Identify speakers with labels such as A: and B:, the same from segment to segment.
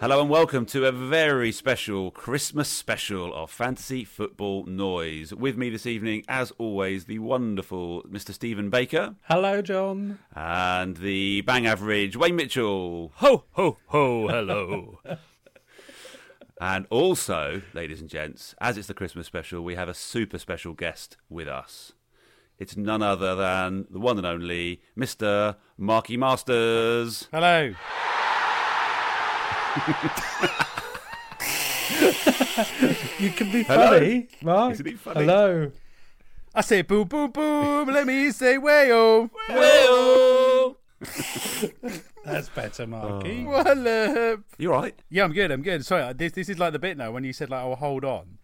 A: Hello and welcome to a very special Christmas special of Fantasy Football Noise. With me this evening, as always, the wonderful Mr. Stephen Baker
B: Hello, John.
A: and the bang average Wayne Mitchell.
C: Ho, ho, ho, hello.
A: And also, ladies and gents, as it's the Christmas special, we have a super special guest with us. It's none other than the one and only Mr. Marky Masters.
B: Hello. you can be
A: Hello.
B: funny, Mark.
A: Isn't it funny?
B: Hello. I say boom, boom, boom. Let me say wayo. That's better, Marky.
A: You all right?
D: Yeah, I'm good. I'm good. Sorry, I- this this is like the bit now when you said like, "Oh, hold on,"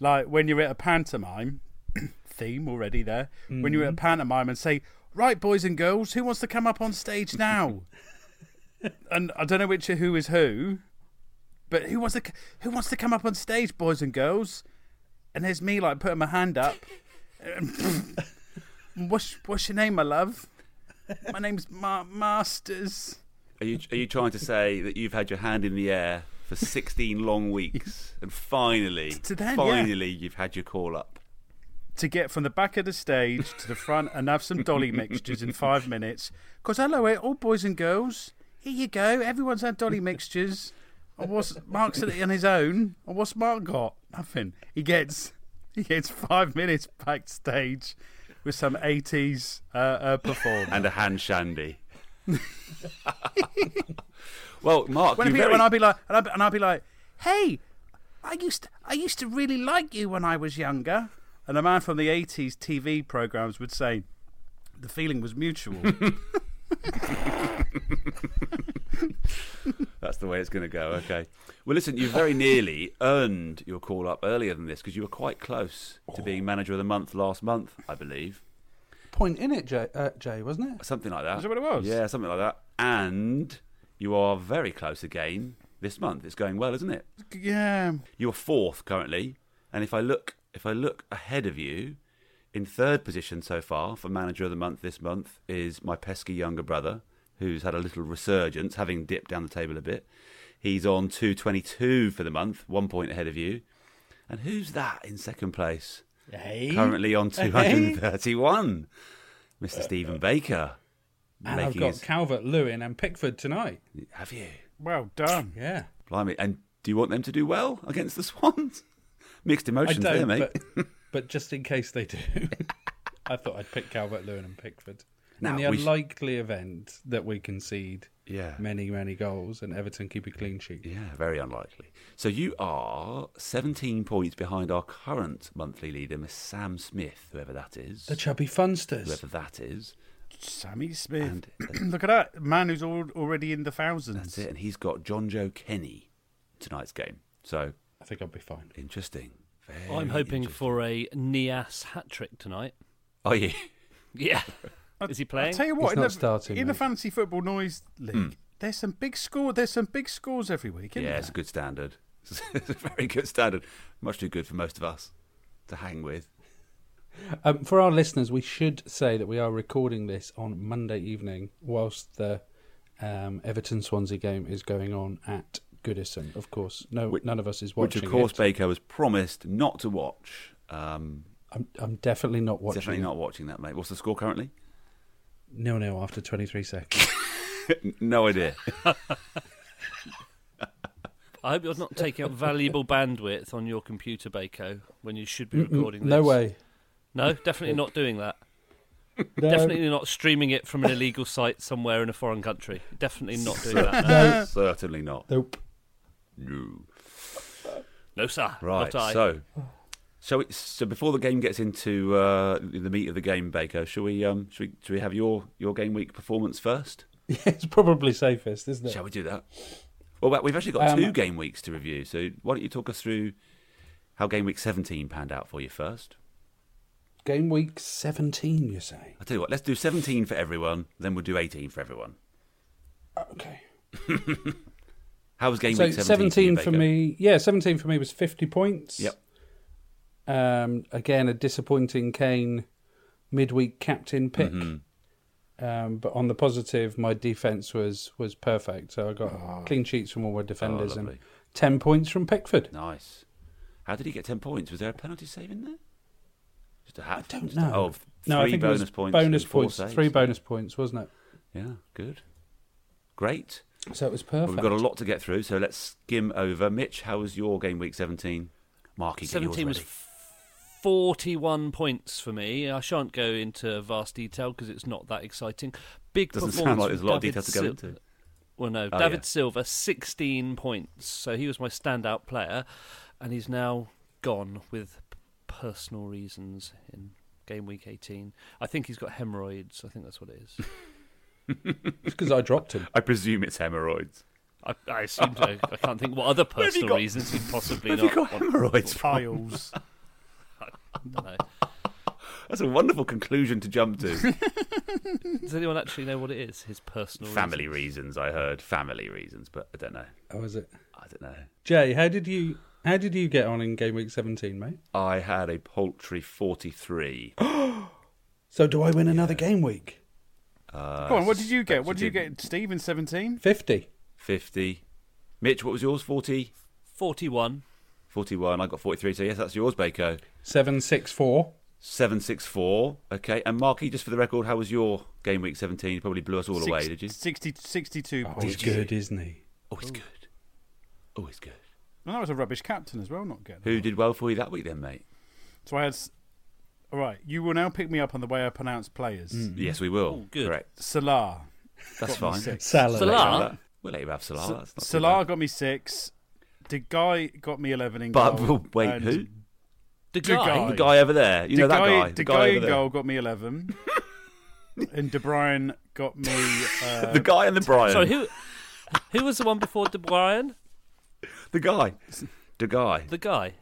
D: like when you're at a pantomime theme already there. When you're at a pantomime and say, "Right, boys and girls, who wants to come up on stage now?" and I don't know which who is who, but who wants to c- who wants to come up on stage, boys and girls? And there's me like putting my hand up. what's what's your name, my love? My name's Ma- Masters.
A: Are you are you trying to say that you've had your hand in the air for 16 long weeks and finally
D: To then, yeah.
A: finally you've had your call up?
D: to get from the back of the stage to the front and have some dolly mixtures in five minutes. Because hello, eh, all boys and girls, here you go. Everyone's had dolly mixtures. And what's Mark's had it on his own? And what's Mark got? Nothing. He gets he gets five minutes backstage with some eighties uh, uh, performance.
A: And a hand shandy. well, Mark,
D: when
A: you
D: I be,
A: very...
D: when I'd be like, and I'd, be- and I'd be like, hey, I used to, I used to really like you when I was younger. And a man from the '80s TV programs would say, the feeling was mutual.
A: That's the way it's going to go. Okay. Well, listen, you very nearly earned your call up earlier than this because you were quite close to being manager of the month last month, I believe,
B: Point in it, Jay, uh, Jay wasn't it?
A: something like that.
D: Is that what it was?
A: Yeah, something like that. And you are very close again this month. It's going well, isn't it?
D: yeah,
A: You're fourth currently, and if I look if I look ahead of you, in third position so far for manager of the month this month is my pesky younger brother, who's had a little resurgence, having dipped down the table a bit. He's on two twenty two for the month, one point ahead of you. And who's that in second place?
B: Hey.
A: Currently on two hundred and thirty one. Mr. Stephen Baker.
B: And I've
A: making
B: got
A: his-
B: Calvert Lewin and Pickford tonight.
A: have you?
D: well done.
B: Yeah.
A: Blimey. And do you want them to do well against the Swans? Mixed emotions there, mate.
B: but, but just in case they do, I thought I'd pick Calvert Lewin and Pickford.
A: Nah,
B: in the
A: we sh-
B: unlikely event that we concede
A: Yeah.
B: many, many goals and Everton keep a clean sheet.
A: Yeah, very unlikely. So you are 17 points behind our current monthly leader, Miss Sam Smith, whoever that is.
B: The chubby funsters.
A: whoever that is.
D: Sammy Smith.
A: And-
D: Look at that man who's al- already in the thousands.
A: That's it. And he's got John Joe Kenny tonight's game. So
B: I think I'll be fine.
A: interesting. Very
C: I'm hoping
A: interesting.
C: for a Nias hat trick tonight.
A: Are you?
C: Yeah. Is he
D: I
C: playing?
D: tell you what,
B: He's
D: in,
B: not
D: the,
B: starting,
D: in the
B: mate.
D: fantasy football noise league, there's some big score. There's some big scores every week. Isn't
A: Hmm. yeah,
D: there?
A: it's a good standard. It's a very good standard. Much too good for most of us to hang with.
B: Um, for our listeners, we should say that we are recording this on Monday evening whilst the um, Everton Swansea game is going on at Goodison. Of course, no,
A: Which-
B: none of us is
A: which
B: watching.
A: of course
B: it.
A: Baker was promised not to watch. Um,
B: I'm, I'm definitely not watching.
A: definitely not watching that, mate. What's the score currently?
B: Nil nil after 23 seconds.
A: no idea.
C: I hope you're not taking up valuable bandwidth on your computer, Baco, when you should be recording this.
B: no way.
C: No, definitely not doing that.
B: No.
C: Definitely not streaming it from an illegal site somewhere in a foreign country. Definitely not doing that. No,
A: Certainly not.
B: Nope.
A: No.
C: no sir.
A: Right.
C: Not I.
A: So, so it's, so before the game gets into uh, the meat of the game, Baker, shall we um shall we, shall we have your your game week performance first?
B: Yeah, it's probably safest, isn't it?
A: Shall we do that? Well, but we've actually got
B: Um,
A: two game weeks to review. So why don't you talk us through how game week seventeen panned out for you first?
B: Game week 17, you say?
A: I tell you what, let's do seventeen for everyone, then we'll do eighteen for everyone.
B: Okay.
A: How was game
B: so
A: week
B: 17,
A: seventeen?
B: for,
A: you, Baker?
B: me. Yeah, 17 for me was 50 points.
A: Yep.
B: Um, again, a disappointing Kane midweek captain pick.
A: Mm-hmm.
B: Um, but on the positive, my defense was was perfect. So I got clean sheets from all my defenders and
A: Ah. Oh, lovely.
B: 10 points from Pickford.
A: Nice. How did he get ten points? Was there a penalty save in there? Just a hat. I
B: don't know.
A: Oh,
B: no,
A: three
B: I think
A: bonus
B: it was
A: points.
B: bonus
A: and four
B: points,
A: saves.
B: three bonus points, wasn't it?
A: Yeah, good. Great.
B: So it was
A: Well,
B: perfect.
A: we've got a lot to get through, so let's skim over. Mitch, how was your game week 17? Marky, get yours
C: 17 was
A: ready.
C: 41 points for me. I shan't go into vast detail because it's not that exciting. Big
A: Doesn't
C: performance
A: sound like there's a lot of
C: from
A: detail to go
C: David Sil-
A: into.
C: Well, no,
A: Oh,
C: David
A: yeah.
C: Silva, 16 points. So he was my standout player, and he's now gone with p- personal reasons in game week 18. I think he's got hemorrhoids. I think that's what it is.
B: because I dropped him.
A: I presume it's hemorrhoids.
C: I, I assume so. I can't think what other
A: Where have you
C: personal
A: got-
C: reasons he'd possibly
A: Where
C: not
A: have you got
C: want-
A: hemorrhoids
E: Oh.
A: from?
E: Piles.
C: No.
A: That's a wonderful conclusion to jump to.
C: Does anyone actually know what it is? His personal
A: Family
C: reasons.
A: reasons, I heard. Family reasons, but I don't know.
B: How was it?
A: I don't know.
B: Jay, how did you how did you get on in game week 17, mate?
A: I had a paltry 43.
B: So do I win another game week?
A: Uh,
E: Go on, what did you get?
A: suspect
E: What did you
A: didn't.
E: get, Steve, in 17?
B: 50.
A: 50. Mitch, what was yours? 40?
C: 41.
A: 41. I got 43, so yes, that's yours, Baco.
B: 764.
A: 764. Okay, and Marky, just for the record, how was your game week 17? You probably blew us all away, did you?
E: 60, 62
B: Oh,
E: points.
B: he's good, isn't he?
A: Always good. Always good.
E: Well, that was a rubbish captain as well, not getting
A: Who did well for you that week then, mate?
E: So I had. s- All right, you will now pick me up on the way I pronounce players.
A: Yes, we will.
C: Oh, good.
A: Correct.
E: Salah.
A: That's
E: Mm-hmm. Got me
A: fine.
E: six.
B: Salah.
C: Salah.
A: We'll let you have Salah. That's not too
E: Salah
A: bad.
E: got me six. The guy got me 11 in
A: But
E: goal.
A: wait,
E: and
A: who?
C: The
E: Good
C: guy.
E: guy.
A: The guy over there. You
E: the
A: know that
E: guy,
A: guy.
E: The, guy,
A: over
E: in
A: there.
E: goal got me 11. and De Bruyne got me. Uh,
A: The guy and the Brian.
C: Sorry, who who was the one before De Bruyne?
A: The guy. The guy.
C: The guy.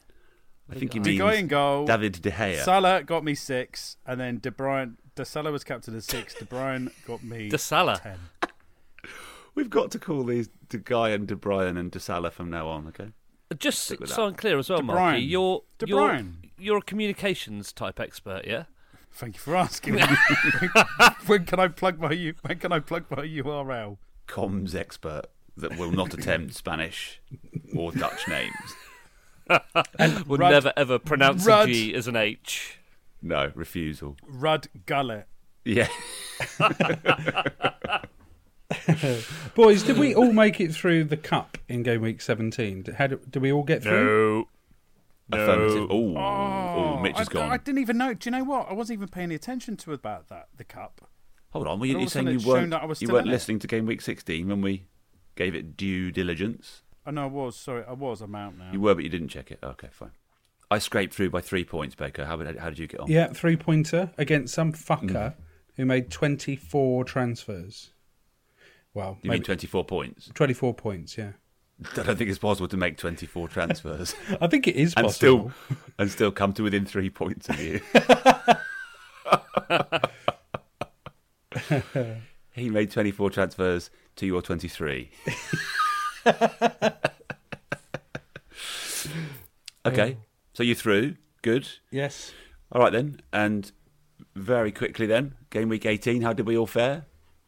A: I think he
C: guy.
E: the
A: means
E: guy in goal.
A: David De Gea.
E: Salah got me six. And then De Bruyne. De Salah was captain of six. De Bruyne got me.
C: De Salah.
E: 10.
A: We've got to call these De Guy and De Bryan and De Salah from now on, okay?
C: Uh, Just
A: Stick with
C: so
A: that.
C: I'm clear as well,
E: De
C: Marky,
E: Bruyne.
C: you're
E: De
C: you're
E: Bruyne.
C: you're a communications type expert, yeah.
E: Thank you for asking. when can I plug my U? When can I plug my URL?
A: Comms expert that will not attempt Spanish or Dutch names.
C: Would
E: Rudd-
C: never ever pronounce a
E: Rudd-
C: G as an H.
A: No, refusal.
E: Rudd Gullet.
A: Yeah.
B: Boys, did we all make it through the cup in game week 17? Did- How did, did we all get through?
A: Affirmative. Ooh. Ooh, Mitch
E: Oh, I,
A: is gone.
E: I didn't even know. Do you know what? I wasn't even paying any attention to about that. The cup.
A: Hold on, were you,
E: And all
A: you
E: of a sudden
A: saying you
E: it's shown
A: weren't,
E: that I was
A: you
E: still
A: weren't
E: in it.
A: listening to game week 16 when we gave it due diligence?
E: Oh no, I was. Sorry, I was. I'm out now.
A: You were, but you didn't check it. Okay, fine. I scraped through by three points, Baker. How, would- how did you get on?
B: Yeah, three pointer against some
A: Mm.
B: fucker who made 24 transfers. Well,
A: You
B: maybe
A: mean 24 points?
B: 24 points, yeah.
A: I don't think it's possible to make 24 transfers
B: I think it is
A: and
B: possible.
A: still and still come to within three points of you. he made 24 transfers to your 23. okay, so you through. Good.
B: Yes.
A: All right then, and very quickly then, game week 18. How did we all fare?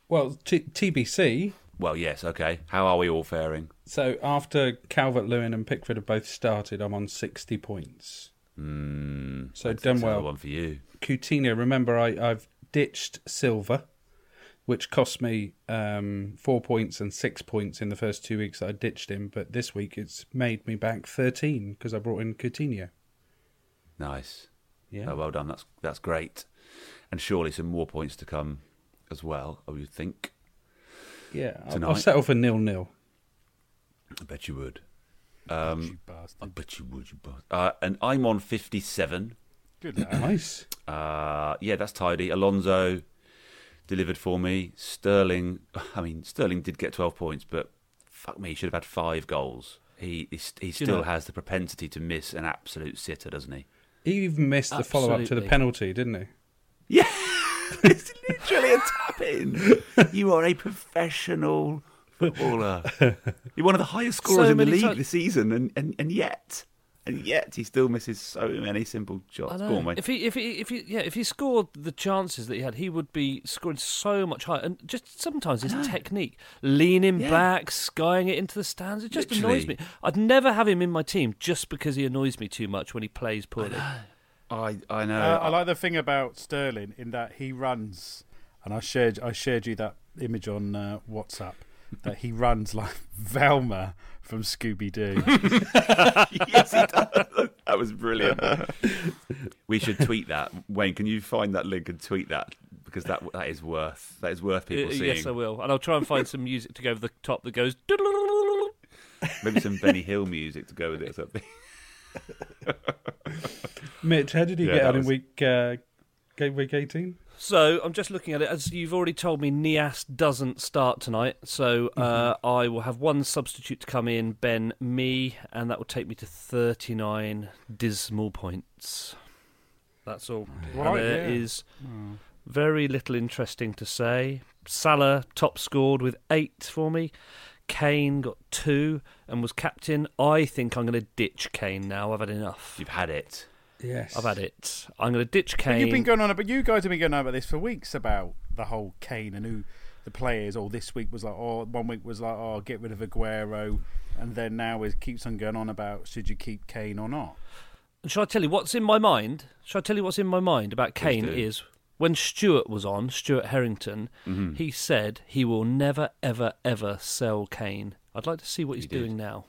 B: Well, t- TBC,
A: Well, yes, okay. How are we all faring?
B: So after Calvert Lewin and Pickford have both started, I'm on 60 points.
A: Mm,
B: So
A: that's-
B: done
A: that's another
B: well.
A: One for you.
B: Coutinho, remember, I, I've ditched silver, which cost me um, four points and six points in the first two weeks that I ditched him. But this week it's made me back 13 because I brought in Coutinho.
A: Nice.
B: Yeah.
A: Oh, well done. That's that's great. And surely some more points to come as well. I would think.
B: Yeah, I'll, I'll
A: Tonight.
B: settle for nil nil.
A: I bet you would.
D: you
A: Um,
D: bastard.
A: I bet you would. You bastard. Uh, and I'm on 57.
D: Good lad.
B: Nice.
A: Uh, yeah, that's tidy. Alonso delivered for me. Sterling, I mean, Sterling did get 12 points, but fuck me, he should have had five goals. He he, st- he
C: Do you
A: still
C: know-
A: has the propensity to miss an absolute sitter, doesn't he?
B: He even missed the follow up to the
C: Absolutely.
B: penalty, didn't he?
A: Yeah, it's literally a tap in. You are a professional footballer. You're one of the highest scorers
C: So
A: in the
C: many
A: league
C: times-
A: this season, and, and, and yet, and yet he still misses so many simple
C: I
A: shots.
C: know.
A: Go on, mate.
C: If he, if he, if he, yeah, if he scored the chances that he had, he would be scoring so much higher. And just sometimes his technique, leaning
A: Yeah.
C: back, skying it into the stands, it just annoys me.
A: Literally.
C: I'd never have him in my team just because he annoys me too much when he plays poorly.
A: I I know.
D: Uh, I like the thing about Sterling in that he runs, and I shared I shared you that image on uh, WhatsApp that he runs like Velma from Scooby Doo.
A: yes, he does. That was brilliant. we should tweet that. Wayne, can you find that link and tweet that? Because that that is worth that is worth people
C: Uh,
A: seeing.
C: yes, I will, and I'll try and find some music to go over the top that goes.
A: Maybe some Benny Hill music to go with it or something.
B: Mitch, how did he
A: Yeah,
B: get
A: that
B: on
A: was-
B: in week uh, game week 18?
C: So I'm just looking at it as you've already told me. Nias doesn't start tonight, so uh,
D: Mm-hmm.
C: I will have one substitute to come in, Ben me, and that will take me to 39 dismal points. That's all. And
D: Right,
C: there
D: yeah. Hmm.
C: is very little interesting to say. Salah top scored with eight for me. Kane got two and was captain. I think I'm going to ditch Kane now. I've had enough.
A: You've had it.
B: Yes.
C: I've had it. I'm going to ditch Kane.
D: You've been going on, but you guys have been going on about this for weeks about the whole Kane and who the players. Or this week was like, oh, one week was like, oh, get rid of Aguero, and then now it keeps on going on about should you keep Kane or not.
C: Shall I tell you what's in my mind? Shall I tell you what's in my mind about Kane
A: do.
C: is when Stuart was on, Stuart Harrington,
D: Mm-hmm.
C: he said he will never, ever, ever sell Kane. I'd like to see what he's
A: did.
C: doing now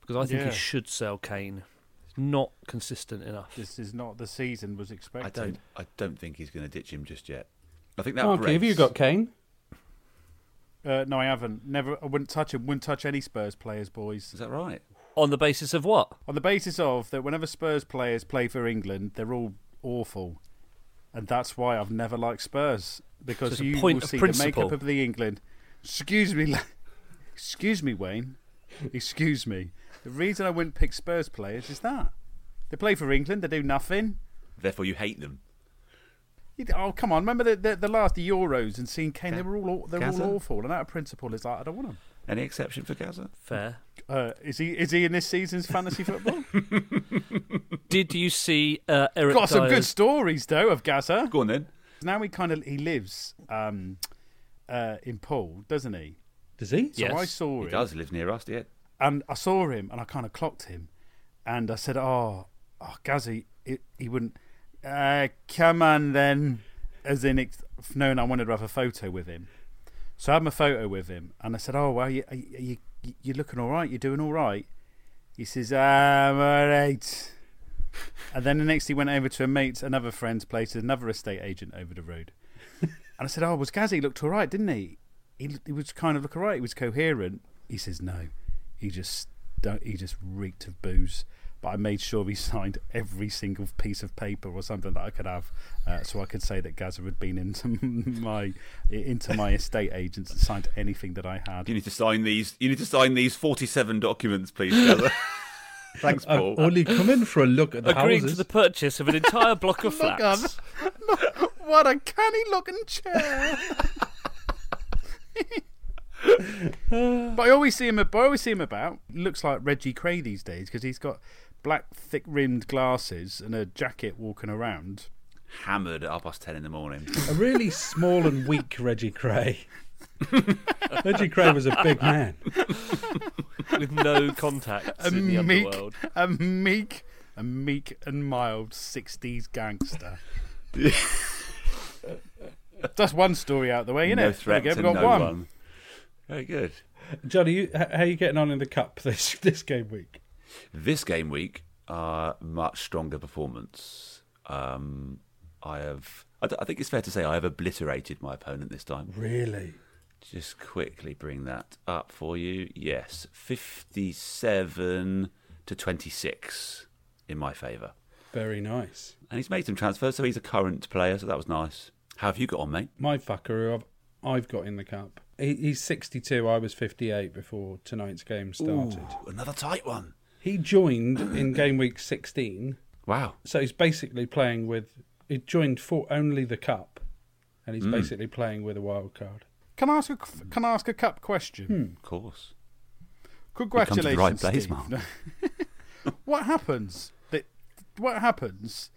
C: because I think
D: Yeah.
C: he should sell Kane. It's not consistent enough.
D: This is not the season was
A: I
D: expected.
A: don't I don't think he's going to ditch him just yet. I think that
B: Marky,
A: brace,
B: have you got Kane?
D: Uh, no, I haven't. Never. I wouldn't touch him. Wouldn't touch any Spurs players, boys.
A: Is that right?
C: On the basis of what?
D: On the basis of that, whenever Spurs players play for England, they're all awful, and that's why I've never liked Spurs
C: So
D: because
C: it's a
D: you
C: point
D: will
C: of
D: see the
C: principle.
D: makeup of the England. Excuse me, la- excuse me, Wayne. Excuse me. The reason I wouldn't pick Spurs players is that they play for England. They do nothing.
A: Therefore, you hate them.
D: You d- Oh come on! Remember the the, the last Euros and seeing Kane. They were all aw- they were
A: Gaza?
D: all awful, and out of principle, it's like I don't want them.
A: Any exception for Gaza?
C: Fair.
D: Uh, is he is he in this season's fantasy football?
C: Did you see uh, Eric
D: Got some good
C: Dyer's-
D: stories though of Gaza.
A: Go on then.
D: Now he kind of he lives um, uh, in Paul, doesn't he?
B: Does he?
D: So
C: Yes,
D: I saw him,
A: He does live near us, yeah.
D: and I saw him, and I kind of clocked him, and I said, "Oh, oh Gaza, he, he wouldn't uh, come on then." As in, it's known I wanted to have a photo with him, so I had my photo with him, and I said, "Oh, well, you, you, you, you're looking all right. You're doing all right." He says, "I'm all right." And then the next he went over to a mate's, another friend's place, another estate agent over the road. And I said, "Oh, was Gazzy looked all right, didn't he? He, he was kind of look all right. He was coherent." He says, "No, he just don't, he just reeked of booze." But I made sure he signed every single piece of paper or something that I could have, uh, so I could say that Gazza had been into my into my estate agents and signed anything that I had.
A: You need to sign these. You need to sign these forty-seven documents, please, Gaza. Thanks,
D: Uh,
B: I'm
A: Paul.
B: only coming for a look at the
C: agreeing to
B: houses.
C: the purchase of an entire block of
D: Look, um,
C: flats?
D: what a canny looking chair. but I always see him. ab- I always see him about. Looks like Reggie Cray these days because he's got black, thick-rimmed glasses and a jacket walking around.
A: Hammered at half past ten in the morning.
B: A really small and weak Reggie Cray. Reggie Cray was a big man.
C: with no contacts
D: a
C: in the
D: meek,
C: underworld.
D: a meek, a meek and mild '60s gangster. That's one story out the way, isn't
A: no
D: it?
A: threat
D: There we
A: to
D: go, we've
A: no one.
D: got one.
A: Very good.
B: Johnny, you, h- how are you getting on in the cup this this game week?
A: This game week, uh, much stronger performance. Um, I have. I, d- I think it's fair to say I have obliterated my opponent this time.
B: Really?
A: Just quickly bring that up for you. Yes, fifty-seven to twenty-six in my favour,
B: Very nice.
A: and he's made some transfers, so he's a current player. So that was nice. How have you got on, mate?
B: My fucker, who I've, I've got in the cup. He, he's 62. I was 58 before tonight's game started.
A: Ooh, another tight one.
B: He joined in game week 16.
A: Wow.
B: So he's basically playing with. He joined for only the cup, and he's basically playing with a wild card.
D: Can I ask a can I ask a cup question?
A: Of course. You've come to
D: Congratulations,
A: the right place,
D: Steve.
A: Mark.
D: what happens? That what happens?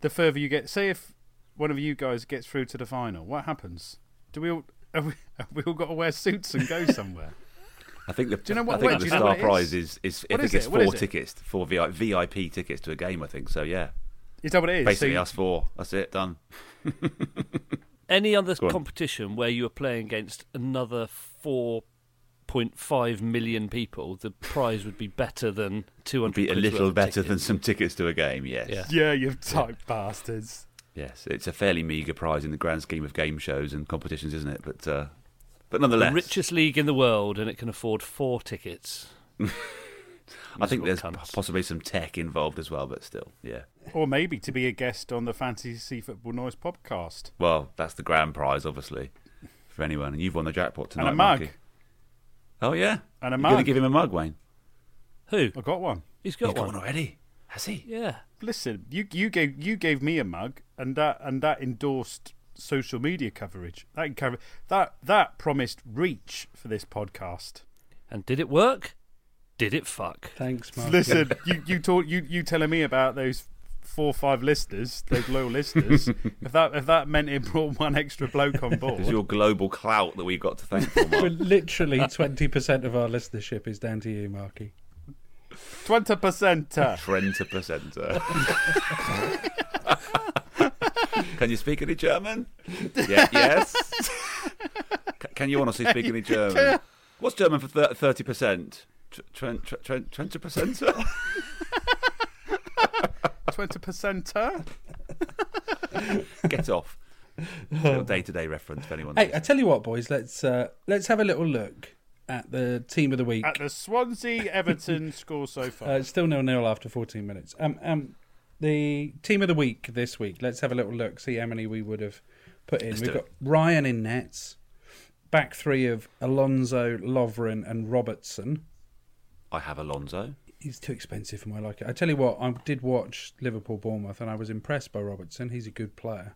D: The further you get, say if one of you guys gets through to the final, what happens? Do we all have we, have we all got to wear suits and go somewhere?
A: I think the,
D: you know what-
A: I think
D: wait,
A: the
D: do you know
A: star
D: what it
A: prize
D: is?
A: is, is, I
D: What
A: think
D: is
A: it's
D: it? What
A: four
D: is it?
A: tickets, four VI, VIP tickets to a game. I think so. Yeah,
D: Is that what it is?
A: basically
D: so,
A: us four. That's it. Done.
C: Any other
A: on.
C: competition where you were playing against another four point five million people, the prize would be better than two
A: Would
C: hundred.
A: be a little better than some tickets to a game. Yes.
C: Yeah.
D: yeah, you type bastards.
A: Yes. It's a fairly meagre prize in the grand scheme of game shows and competitions, isn't it? But uh, but nonetheless,
C: the richest league in the world, and it can afford four tickets.
A: I think
C: Miserable
A: there's
C: cunts.
A: possibly some tech involved as well. But still, yeah.
D: Or maybe to be a guest on the Fantasy Football Noise podcast.
A: Well, that's the grand prize, obviously, for anyone. And you've won the jackpot tonight,
D: and a mug.
A: Marky. Oh yeah.
D: And a
A: You're going to
D: mug.
A: give him a mug, Wayne.
C: Who?
D: I got one.
C: He's
A: He's
C: got one.
A: already. Has he?
C: Yeah.
D: Listen, you you gave you gave me a mug, and that and that endorsed social media coverage. That cover that that promised reach for this podcast.
C: And did it work? Did it fuck?
B: Thanks, Mark.
D: Listen, you you talk you you telling me about those four or five listeners, those loyal listeners. if that if that meant it brought one extra bloke on board,
A: It's your global clout that we've got to thank for, Mark.
B: But literally 20% of our listenership is down to you, Marky.
D: twenty percent.
A: Trenta Placenta. Can you speak any German? Yeah, yes. C- Can you honestly speak any German? What's German for thir- 30%? Tr- Trent, Trent, Trent, Trenta Placenta?
D: Twenty percent. Well,
A: Get off. Little day to day reference if anyone.
B: Hey, I tell you what, boys, let's uh, let's have a little look at the team of the week.
D: At the Swansea Everton score so
B: Uh,
D: far.
B: it's still nil nil after 14 minutes. Um, um, the team of the week this week. Let's have a little look. See how many we would have put in. We've
A: do
B: got Ryan in nets. Back three of Alonso, Lovren, and Robertson.
A: I have Alonso.
B: He's too expensive for my liking. I tell you what, I did watch Liverpool Bournemouth, and I was impressed by Robertson. He's a good player.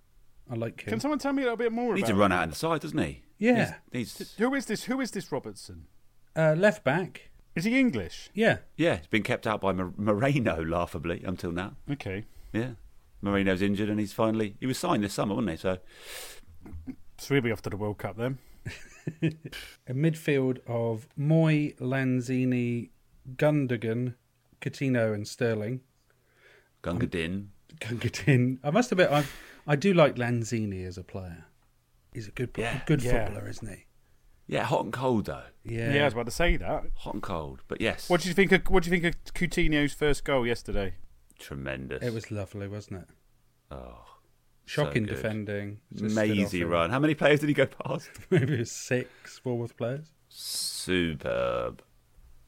B: I like him.
D: Can someone tell me a little bit more
A: Needs
D: about?
A: to run out on the side, doesn't he?
B: Yeah.
A: He's, he's,
D: Who is this? Who is this Robertson?
B: uh, left back.
D: Is he English?
B: Yeah.
A: yeah, he's been kept out by Mor- Moreno, laughably, until now.
D: Okay.
A: Yeah. Moreno's injured and he's finally. He was signed this summer, wasn't he? So
D: So we'll be off to the World Cup then.
B: A midfield of Moy, Lanzini, Gundogan, Coutinho, and Sterling.
A: Gunga Din.
B: Gungadin. I must admit, I I do like Lanzini as a player. He's a good pl-
A: Yeah.
B: good
D: Yeah.
B: footballer, isn't he?
A: Yeah, hot and cold though.
B: Yeah.
D: Yeah. I was about to say that.
A: Hot and cold, but yes,
D: What do you think? Of, what do you think of Coutinho's first goal yesterday?
A: tremendous.
B: it was lovely, wasn't it?
A: oh,
B: Shocking
A: good.
B: defending. Just stood off
A: Maisie
B: him.
A: run. How many players did he go past?
B: Maybe it was six Bournemouth players.
A: Superb.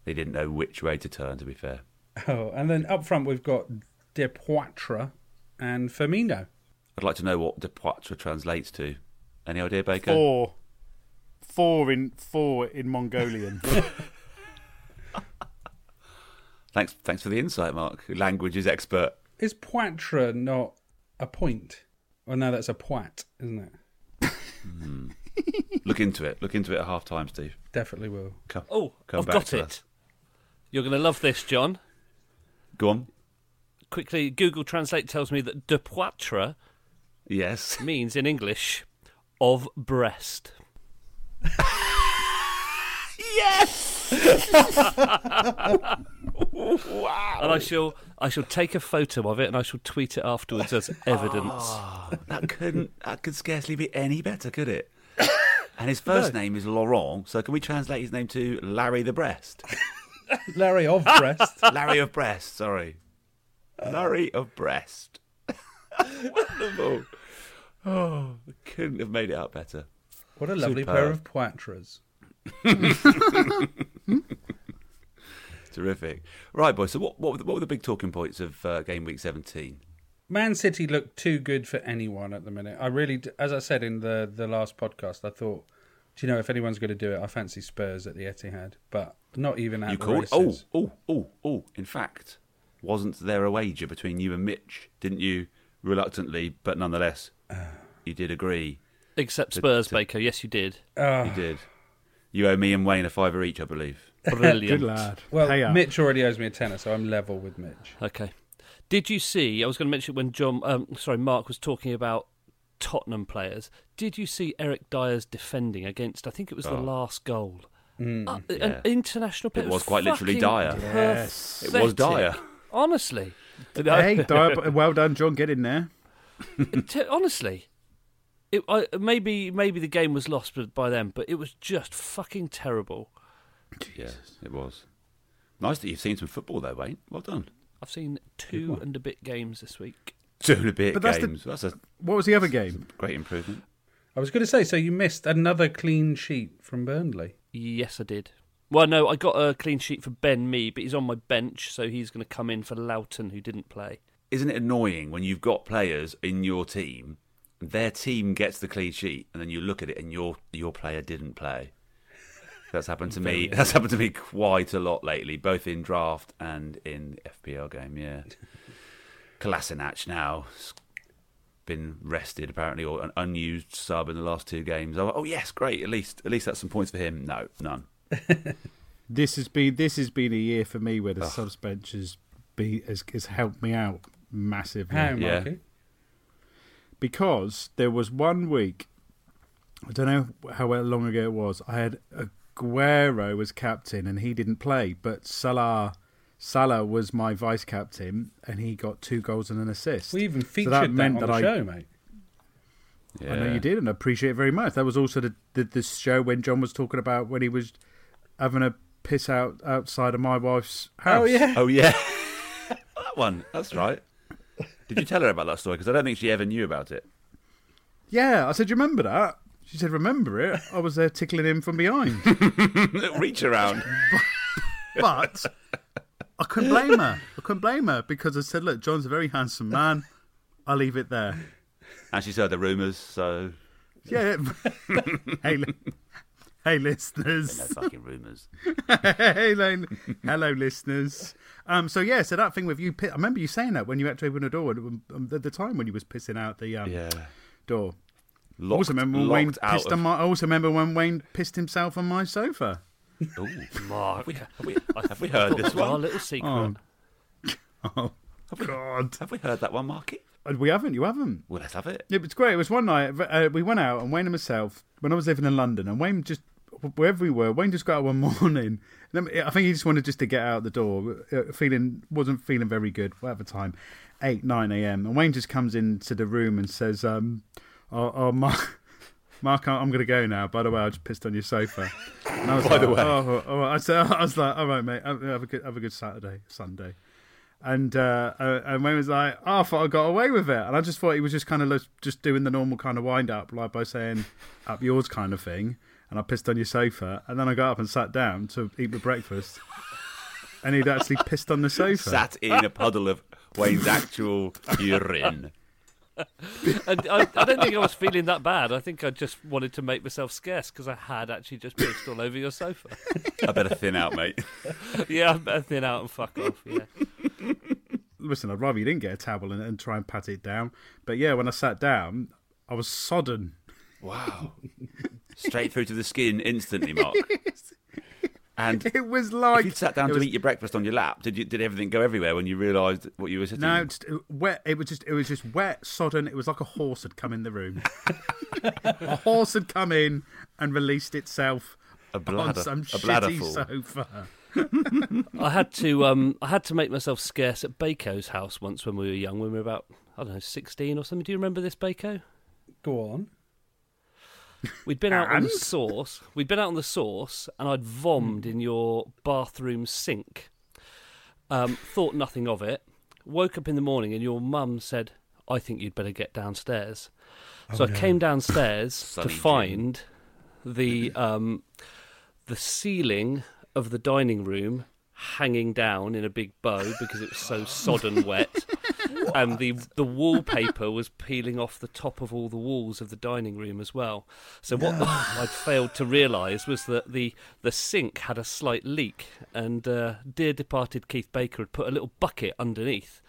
A: They didn't know which way to turn. To be fair,
B: Oh, and then up front we've got De Poitre and Firmino.
A: I'd like to know what De Poitre translates to. Any idea, Baker?
D: Four, four in four in Mongolian.
A: Thanks, thanks for the insight, Mark. Languages expert.
B: Is Poitre not a point? Oh no, that's a poit, isn't it?
A: Look into it. Look into it at half time, Steve.
B: Definitely will.
A: Come,
C: Oh,
A: come
C: I've
A: back
C: got
A: to
C: it.
A: us.
C: You're going to love this, John.
A: Go on.
C: Quickly, Google Translate tells me that de poitre
A: Yes.
C: means in English of breast.
A: yes. wow.
C: And I shall, I shall take a photo of it and I shall tweet it afterwards as evidence.
A: Ah. Oh, that couldn't. That could scarcely be any better, could it? And his first name is Laurent, so can we translate his name to Larry the Breast?
F: Larry of breast.
A: Larry of Breast, sorry.
B: Uh.
A: Larry of Breast. Wonderful. Oh, couldn't have made it out better.
F: What a lovely
A: Superb.
F: pair of poitras.
A: Terrific. Right, boys. So, what what were the, what were the big talking points of uh, game week seventeen?
B: Man City look too good for anyone at the minute. I really, d- as I said in the the last podcast, I thought, do you know if anyone's going to do it? I fancy Spurs at the Etihad, but not even at
A: you
B: the
A: called? Oh,
B: races.
A: oh, oh, oh! In fact, wasn't there a wager between you and Mitch? Didn't you reluctantly, but nonetheless,
B: Uh.
A: you did agree.
C: Except Spurs, Baker. Yes, you did.
A: You
B: Ah,
A: did. You owe me and Wayne a fiver each, I believe.
C: Brilliant.
D: Good lad.
B: Well,
D: Hey uh. up.
B: Mitch already owes me a tenner, so I'm level with Mitch.
C: Okay. Did you see? I was going to mention when John, um, sorry, Mark was talking about Tottenham players. Did you see Eric Dyer's defending against? I think it was the last goal. Uh,
A: Oh. yeah.
C: An international player.
A: It was quite literally
C: fucking
A: Dyer. Yes. It was Dyer.
C: pathetic. Honestly,
D: Hey, Diab- well done, John. Get in there.
C: T- honestly, it, I, maybe maybe the game was lost b- by them, but it was just fucking terrible.
A: Yes, it was. Nice that you've seen some football, though, Wayne. Well done.
C: I've seen two and a bit games this week.
A: Doing a bit
D: But that's the-
A: games. That's a
D: What was the other game?
A: great improvement.
B: I was going to say, so you missed another clean sheet from Burnley.
C: Yes, I did. Well, no, I got a clean sheet for Ben Me, but he's on my bench, so he's going to come in for Loughton, who didn't play.
A: Isn't it annoying when you've got players in your team, their team gets the clean sheet, and then you look at it and your your player didn't play? That's happened to me. That's happened to me quite a lot lately, both in draft and in FPL game. Yeah, Kolasinac now has been rested apparently, or an unused sub in the last two games. I'm like, oh yes, great. At least at least that's some points for him. No, none.
D: This has been this has been a year for me where the subs bench has, be, has, has helped me out massively.
B: How,
A: Yeah.
B: Marky?
D: because there was one week, I don't know how long ago it was. I had Aguero as captain and he didn't play, but Salah Salah was my vice captain and he got two goals and an assist.
B: We even
D: So
B: featured that,
D: that meant
B: on
D: that
B: the
D: I,
B: show, mate.
D: I know you did, and I appreciate it very much. That was also the, the the show when John was talking about when he was having a piss out outside of my wife's house.
B: Oh yeah,
A: Oh yeah, that one. That's right. Did you tell her about that story? Because I don't think she ever knew about it.
D: yeah. I said, "You remember that?" She said, "Remember it." I was there tickling him from behind,
A: Reach around.
D: but I couldn't blame her. I couldn't blame her because I said, "Look, John's a very handsome man." I leave it there.
A: And she's heard the rumours, so
D: Yeah. hey, li- hey, listeners.
A: no fucking rumours.
D: hello, hello, listeners. Um, so yeah, so that thing with you, pi- I remember you saying that when you had to open the door and- um, at the time when you was pissing out the um, door. I
A: Locked,
D: also remember when Wayne
A: locked out
D: pissed
A: of-
D: on my. I also remember when Wayne pissed himself on my sofa.
A: Ooh,
C: Mark,
A: have, we, have, we, have we heard Uh, this
C: Our
A: one?
C: little secret.
D: Oh God!
A: Have we heard that one, Marky?
D: And We haven't. You haven't.
A: Well, let's have it.
D: It was great. It was one night uh, we went out, and Wayne and myself, when I was living in London, and Wayne just wherever we were, Wayne just got out one morning. And then- I think he just wanted just to get out the door, uh, feeling wasn't feeling very good. Whatever time, eight nine a.m. And Wayne just comes into the room and says, um, "Oh, oh Mark, Mark, I- I'm going to go now. By the way, I just pissed on your sofa." And I was By like, the way, oh, oh, oh. I, said, I was like, "All right, mate, have, have a good have a good Saturday, Sunday." and uh, uh, and Wayne was like, "Oh, I thought I got away with it," and I just thought he was just kind of like, just doing the normal kind of wind up, like by saying "up yours" kind of thing. And I pissed on your sofa, and then I got up and sat down to eat my breakfast, and he'd actually pissed on the sofa.
A: Sat in a puddle of Wayne's actual urine.
C: And I, I don't think I was feeling that bad. I think I just wanted to make myself scarce because I had actually just pissed all over your sofa.
A: I better thin out, mate.
C: yeah, I better thin out and fuck off. Yeah.
D: Listen, I'd rather you didn't get a towel and, and try and pat it down, but yeah, when I sat down, I was sodden.
A: Wow. Straight through to the skin instantly, Mark. And
D: it was like
A: if you sat down
D: it
A: to
D: was-
A: eat your breakfast on your lap, did you did everything go everywhere when you realised what you were sitting?
D: No, it's wet. It was just it was just wet, sodden. It was like a horse had come in the room. a horse had come in and released itself
A: A bladder-
D: on some
A: a
D: shitty
A: bladderful.
D: sofa.
C: I had to um, I had to make myself scarce at Baco's house once when we were young, when we were about I don't know sixteen or something. Do you remember this, Baco?
B: Go on.
C: We'd been out on the
B: And?
C: source. We'd been out on the source, and I'd vommed in your bathroom sink. Um, thought nothing of it. Woke up in the morning, and your mum said, "I think you'd better get downstairs." So
G: Oh,
C: I
G: no.
C: came downstairs to
G: Sunny Jim.
C: find the um, the ceiling of the dining room hanging down in a big bow because it was so sodden wet and the the wallpaper was peeling off the top of all the walls of the dining room as well so what
G: No.
C: i'd failed to realize was that the the sink had a slight leak and uh, dear departed keith baker had put a little bucket underneath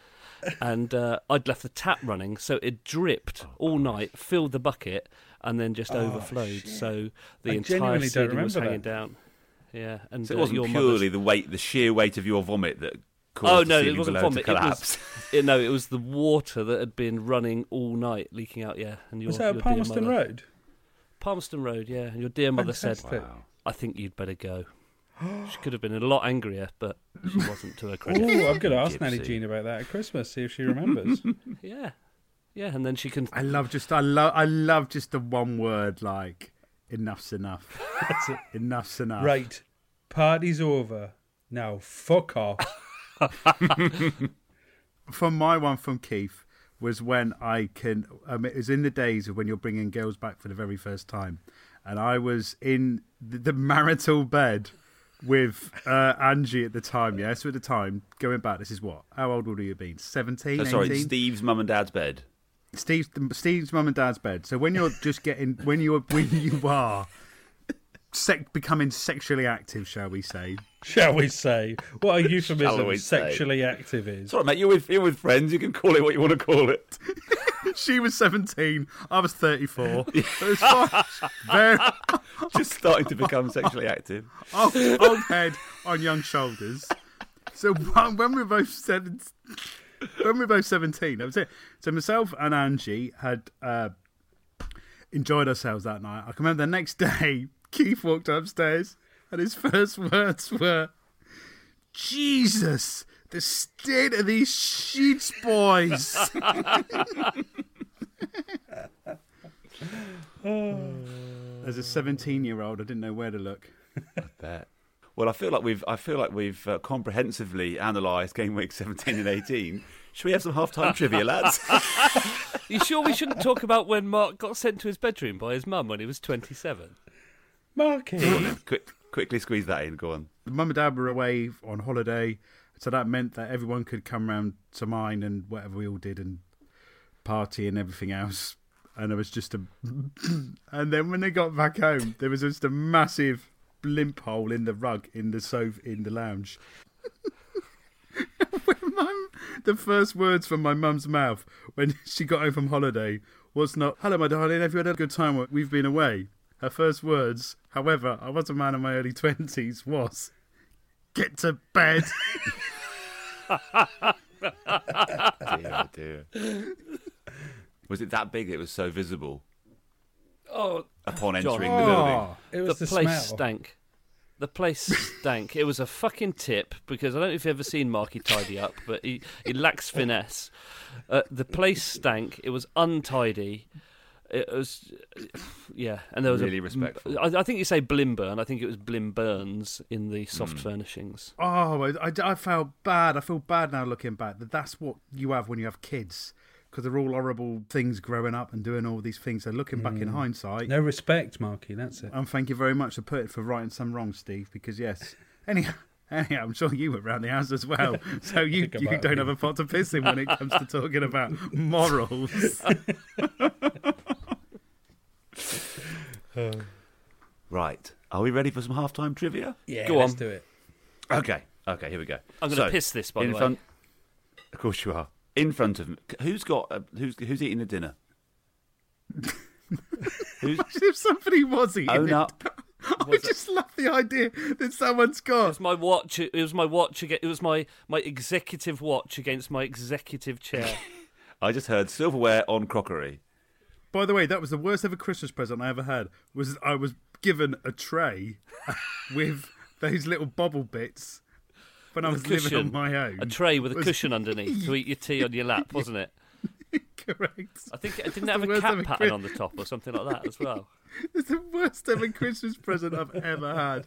C: and uh, i'd left the tap running so it dripped all night filled the bucket and then just
F: Oh,
C: overflowed
F: shit.
C: so the
F: I
C: entire
F: genuinely don't
C: ceiling was
F: remember
C: hanging
F: that.
C: down yeah and
A: So it
C: uh,
A: wasn't
C: your
A: purely
C: mother's
A: the weight, the sheer weight of your vomit that caused
C: Oh
A: the
C: no,
A: ceiling
C: it wasn't
A: below to
C: vomit. It
A: collapse.
C: was, it, no, it was the water that had been running all night, leaking out. Yeah, and your,
B: Was that at
C: your dear
B: Palmerston
C: mother-
B: Road?
C: Palmerston Road, yeah. And your dear mother said,
B: Fantastic.
C: "I think you'd better go." she could have been a lot angrier, but she wasn't to her
B: Oh,
C: credit.
B: I'm going to ask Nanny
C: Gypsy.
B: Jean about that at Christmas, see if she remembers.
C: yeah, yeah, and then she can.
D: I love just I love I love just the one word like enough's enough. That's it. Enough's enough.
B: Right. Party's over. Now, fuck off.
D: from my one from Keith was when I can. Um, it was in the days of when you're bringing girls back for the very first time, and I was in the, the marital bed with uh, Angie at the time. Yeah, so at the time going back, this is what? How old would you have been? Seventeen.
A: Oh, sorry,
D: 18?
A: Steve's mum and dad's bed.
D: Steve's Steve's mum and dad's bed. So when you're just getting when you're when you are sec, becoming sexually active, shall we say?
B: Shall we say? What a euphemism
A: we say?
B: sexually active is.
A: Sorry, mate, you're with you're with friends. You can call it what you want to call it.
D: she was seventeen. I was thirty-four. It was fine. Very-
A: Just starting to become sexually active.
D: old, old head on young shoulders. So when when we were both seven, when we were both seventeen, that was it. So myself and Angie had uh, enjoyed ourselves that night. I can remember the next day, Keith walked upstairs, and his first words were, "Jesus, the state of these sheets, boys." As a seventeen-year-old, I didn't know where to look.
A: Bet. Well, I feel like we've I feel like we've uh, comprehensively analysed game week 17 and 18. Should we have some half-time trivia, lads?
C: you sure we shouldn't talk about when Mark got sent to his bedroom by his mum when he was twenty-seven?
A: Go on
B: Marky.
A: then, Quick, quickly squeeze that in. Go on.
D: Mum and Dad were away on holiday, so that meant that everyone could come round to mine and whatever we all did and party and everything else. And it was just a. and then when they got back home, there was just a massive blimp hole in the rug in the sofa in the lounge. when my, the first words from my mum's mouth when she got home from holiday was not, "Hello, my darling. Have you had a good time? We've been away." Her first words, however, I was a man in my early twenties, was, "Get to bed."
A: Dear, dear. Was it that big? It was so visible
C: Oh,
A: upon
C: John.
A: entering the building.
C: the, place stank. The place stank. it was a fucking tip because I don't know if you've ever seen Marky tidy up, but he, he lacks finesse. Uh, the place stank. It was untidy. It was, yeah, and there was
A: Really
C: a,
A: respectful.
C: I, I think you say Blimburn. I think it was Blimburns in the soft
A: Hmm.
C: furnishings.
D: Oh, I, I- I felt bad. I feel bad now looking back that that's what you have when you have kids because they're all horrible things growing up and doing all these things. So looking back in hindsight,
B: Mm. No respect, Marky, that's it.
D: and thank you very much for putting for righting some wrong, Steve. Because yes, anyhow, anyhow, I'm sure you were around the house as well, so you
B: I
D: you
B: might have
D: don't
B: been.
D: have a pot to piss in when it comes to talking about morals.
A: Right. Are we ready for some half-time trivia?
B: Yeah,
C: Go
B: let's
C: on.
B: do it.
A: Okay. Okay. Here we go.
C: I'm gonna piss this, by
A: in
C: the way.
A: front- Of course you are. In front of me. Who's got? Uh, who's who's eating the dinner? who's
D: if somebody was eating
B: Oh,
A: own
D: it,
A: up?
D: I just love the idea that someone's got. It
C: was my watch. It was my watch. aga- It was my my executive watch against my executive chair.
A: I just heard silverware on crockery.
D: By the way, that was the worst ever Christmas present I ever had. Was I was given a tray with those little bobble bits when I was
C: With a cushion,
D: living on my own.
C: A tray with a
D: Was-
C: cushion underneath to eat your tea on your lap, wasn't it?
D: Correct.
C: I think it
D: That's
C: didn't
D: the
C: have a
D: worst
C: cat
D: ever
C: pattern
D: Chris-
C: on the top or something like that as well.
D: It's the worst ever Christmas present I've ever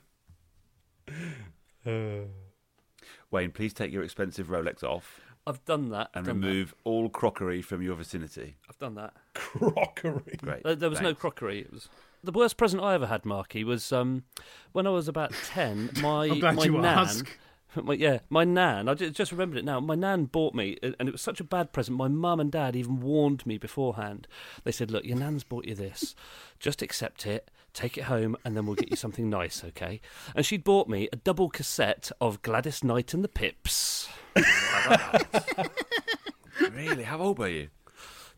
D: had.
A: Wayne, please take your expensive Rolex off
C: I've done that.
A: and
C: I've done that.
A: remove all crockery from your vicinity.
C: I've done that.
F: Crockery.
A: Great.
C: There, there was no
A: Thanks.
C: crockery. It was the worst present I ever had, Marky, was um, when I was about ten. My
D: I'm glad
C: my
D: you
C: nan,
D: asked.
C: my- yeah, my nan. I ju- just remembered it now. My nan bought me, and it was such a bad present. My mum and dad even warned me beforehand. They said, "Look, your nan's bought you this. Just accept it." Take it home, and then we'll get you something nice, okay? And she'd bought me a double cassette of Gladys Knight and the Pips.
A: really? How old were you?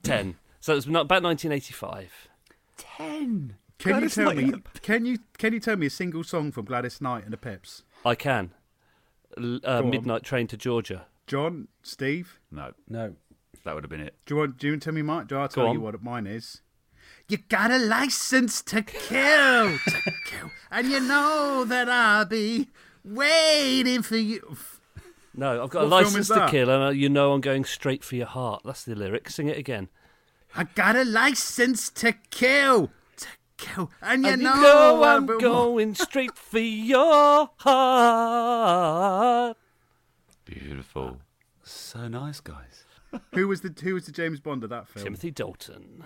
C: Ten. So it was not- about 1985.
A: Ten.
D: Can
A: Gladys
D: you tell
A: Knight.
D: me? Can you can you tell me a single song from Gladys Knight and the Pips?
C: I can. L- uh,
D: Go on.
C: midnight train to Georgia.
D: John, Steve,
A: No,
B: No.
A: that would have been it.
D: do you want? Do you want to tell me mine? Do I tell
C: on.
D: you what mine is? You got a license to kill, to kill, and you know that I'll be waiting for you.
C: No, I've got
D: What
C: a
D: film
C: license
D: is
C: to
D: that?
C: kill, and uh, you know I'm going straight for your heart. That's the lyric. Sing it again.
D: I got a license to kill, to kill, and you
C: And
D: know, I
C: I'm
D: will-
C: going straight for your heart.
A: Beautiful. So nice, guys.
D: Who was the Who was the James Bond of that film?
C: Timothy Dalton.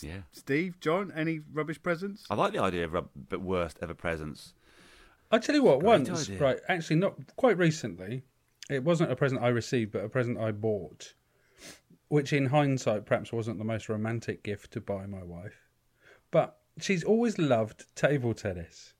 A: Yeah.
D: Steve, John, any rubbish presents?
A: I like the idea of rub- but worst ever presents.
B: I tell you what,
A: Great
B: once,
A: idea.
B: right, actually, not quite recently, it wasn't a present I received, but a present I bought, which in hindsight perhaps wasn't the most romantic gift to buy my wife. But she's always loved table tennis.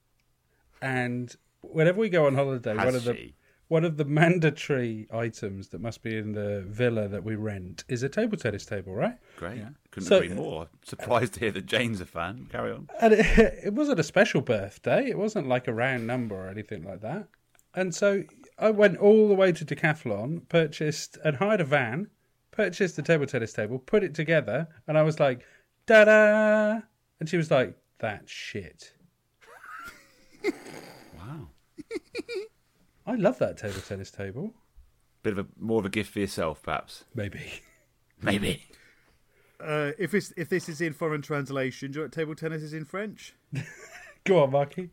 B: And whenever we go on holiday,
A: Has
B: one of the
A: she?
B: one of the mandatory items that must be in the villa that we rent is a table tennis table, right?
A: Great. Couldn't
B: So-
A: agree more. Surprised to hear that Jane's a fan. Carry on.
B: and it, it wasn't a special birthday. It wasn't like a round number or anything like that. And so I went all the way to Decathlon, purchased and hired a van, purchased the table tennis table, put it together, and I was like, "Da da!" And she was like, "That shit."
A: Wow.
B: I love that table tennis table.
A: Bit of a more of a gift for yourself, perhaps.
B: Maybe.
A: Maybe.
D: Uh, if this if this is in foreign translation, do you know what table tennis is in French?
B: Go on, Marky.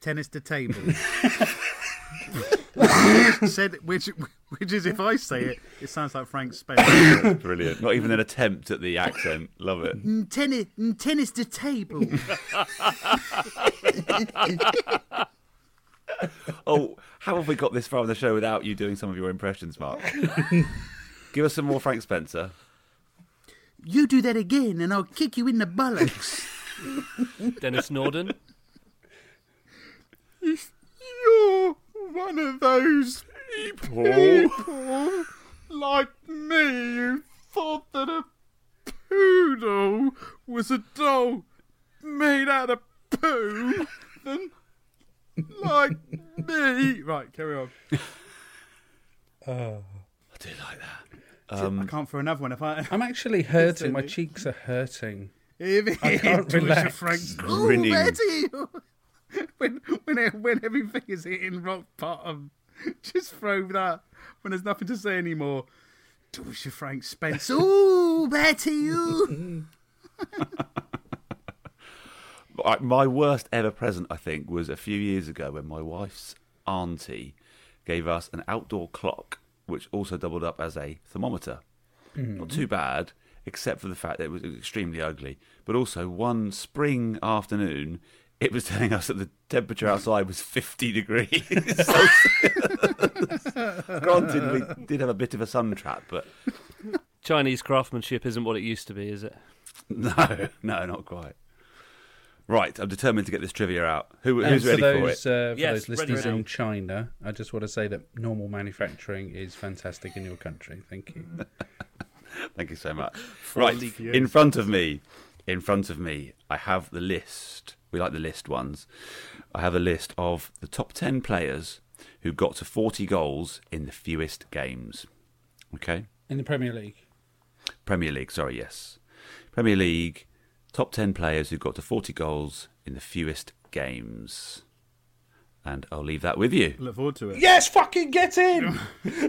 D: Tennis to table. Said which which is if I say it, it sounds like Frank Spencer.
A: Brilliant. Not even an attempt at the accent. Love it.
D: Mm, tennis mm, tennis to table.
A: Oh, how have we got this far on the show without you doing some of your impressions, Mark? Give us some more Frank Spencer.
D: You do that again, and I'll kick you in the buttocks.
C: Dennis Norden.
D: You're one of those people like me who thought that a poodle was a doll made out of poo. Then, like me. Right, carry on.
A: I do like that.
D: I can't for another one. If I
B: I'm actually hurting. My cheeks are hurting.
D: if
B: I can't
D: it was a
B: relax.
D: Frank's
A: Grinning.
D: Ooh, Betty! when when when everything is hitting rock bottom, just throw that when there's nothing to say anymore. Do we should Frank Spencer? Ooh, Betty! Ooh.
A: But I- My worst ever present, I think, was a few years ago when my wife's auntie gave us an outdoor clock, which also doubled up as a thermometer. Not too bad, except for the fact that it was extremely ugly. But also, one spring afternoon, it was telling us that the temperature outside was 50 degrees. Celsius. Granted, we did have a bit of a sun trap, but
C: Chinese craftsmanship isn't what it used to be, is it?
A: no, no, not quite. Right, I'm determined to get this trivia out. Who,
B: And
A: who's ready
B: for
A: for it?
B: those, Uh, for
C: Yes,
B: those
C: ready
B: listeners
C: now.
B: in China, I just want to say that normal manufacturing is fantastic in your country. Thank you.
A: Thank you so much. Right, in front of me in front of me, I have the list. We like the list ones. I have a list of the top 10 players who got to 40 goals in the fewest games. Okay?
B: in the Premier League.
A: Premier League, sorry, yes. Premier League, top 10 players who got to 40 goals in the fewest games. And I'll leave that with you.
D: Look forward to it.
F: Yes, fucking get in,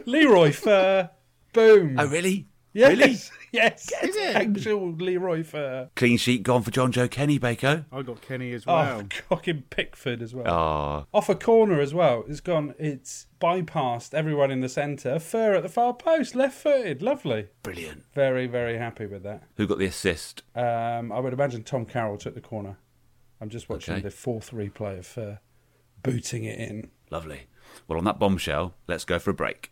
F: Leroy Fur. Boom.
A: Oh, really?
F: Yes.
A: Really?
F: Yes. Actual Leroy Fur.
A: Clean sheet gone for John Joe Kenny, Baco.
D: I got Kenny as
F: Oh, fucking Pickford as well.
A: Ah,
B: Off a corner as well. It's gone. It's bypassed everyone in the centre. Fur at the far post, left footed. Lovely.
A: brilliant.
B: Very, very happy with that.
A: Who got the assist?
B: Um, I would imagine Tom Carroll took the corner. I'm just watching
A: Okay.
B: the fourth replay of Fur booting it in.
A: Lovely. Well, on that bombshell, let's go for a break.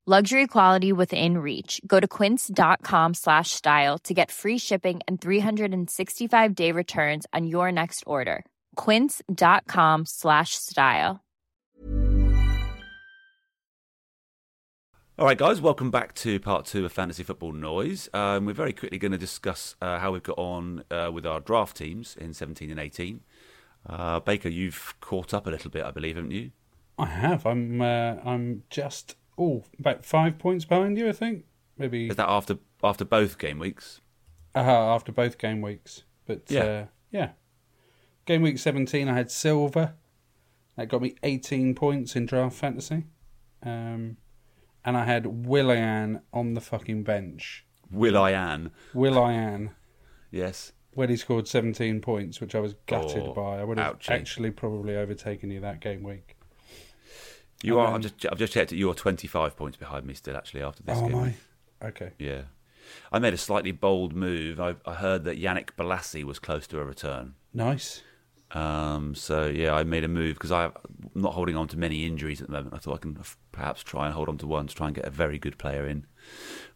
H: Luxury quality within reach. Go to quince.com slash style to get free shipping and 365 day returns on your next order. Quince.com slash style.
A: All right, guys, welcome back to part two of Fantasy Football Noise. Um, we're very quickly going to discuss uh, how we've got on uh, with our draft teams in 17 and 18. Uh, Baker, you've caught up a little bit, I believe, haven't you?
B: I have. I'm. Uh, I'm just oh about five points behind you. I think maybe
A: Is that after after both game weeks?
B: uh, after both game weeks. But
A: Yeah.
B: uh, yeah, game week 17, I had silver. That got me 18 points in draft fantasy. Um, and I had Willian on the fucking bench.
A: Will I Ann?
B: Willian
A: Yes.
B: when he scored 17 points, which I was gutted
A: Oh,
B: by. I would have
A: ouchie.
B: actually probably overtaken you that game week.
A: You
B: And
A: are. I've
B: then-
A: just, I've just checked it. You are 25 points behind me still, actually, after this
B: Oh,
A: game.
B: am I? Okay.
A: Yeah. I made a slightly bold move. I, I heard that Yannick Balassi was close to a return.
B: Nice.
A: Um, so yeah, I made a move because I'm not holding on to many injuries at the moment. I thought I can f- perhaps try and hold on to one to try and get a very good player in.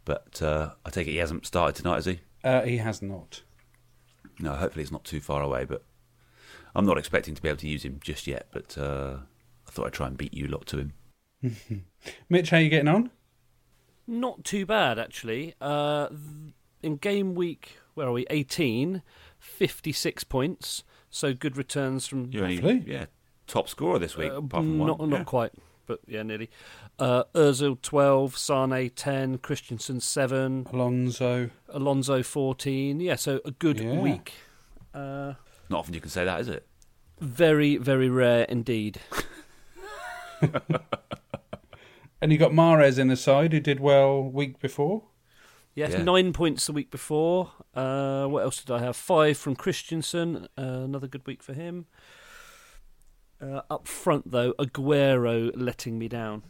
A: But uh, I take it he hasn't started tonight, has he?
B: Uh, he has not.
A: No, hopefully it's not too far away. But I'm not expecting to be able to use him just yet. But uh, I thought I'd try and beat you lot to him.
B: Mitch, how you getting on?
C: Not too bad, actually. Uh, th- in game week, where are we? 18, 56 points. So good returns from.
A: You're only
C: Hopefully.
A: yeah top scorer this week,
C: Uh,
A: apart from one.
C: not, not
A: Yeah.
C: quite, but yeah, nearly. Uh, Ozil 12, Sane 10, Christensen 7,
B: Alonso.
C: Alonso 14. Yeah, so a good
B: Yeah.
C: week. Uh,
A: Not often you can say that, is it?
C: very, very rare indeed.
B: And you got Mares in the side who did well week before.
C: Yes,
B: Yeah.
C: nine points the week before. Uh, what else did I have? Five from Christensen. Uh, another good week for him. Uh, up front, though, Aguero letting me down.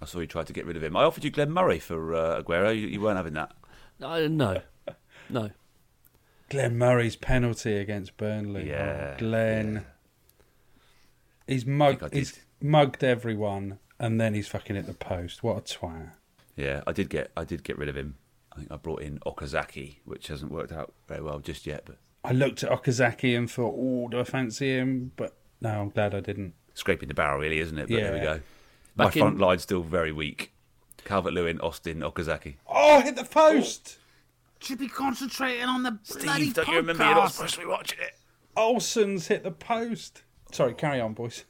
A: I saw you tried to get rid of him. I offered you Glenn Murray for uh, Aguero. You, you weren't having that.
C: Uh, no, no.
B: Glenn Murray's penalty against Burnley.
A: Yeah,
B: Oh, Glenn. He's mugged. He's mugged everyone, and then he's fucking at the post. What a twat!
A: Yeah, I did get I did get rid of him. I think I brought in Okazaki, which hasn't worked out very well just yet. But
B: I looked at Okazaki and thought, oh, do I fancy him? But no, I'm glad I didn't.
A: Scraping the barrel, really, isn't it? But there we
B: Yeah.
A: go. My
B: Back in-
A: front line's still very weak. Calvert Lewin, Austin, Okazaki.
B: Oh, hit the post!
E: Should be concentrating on the Steve,
B: bloody
A: don't you remember you're not
B: podcast.
A: supposed to be watching it?
B: Olsen's hit the post. Sorry, carry on, boys.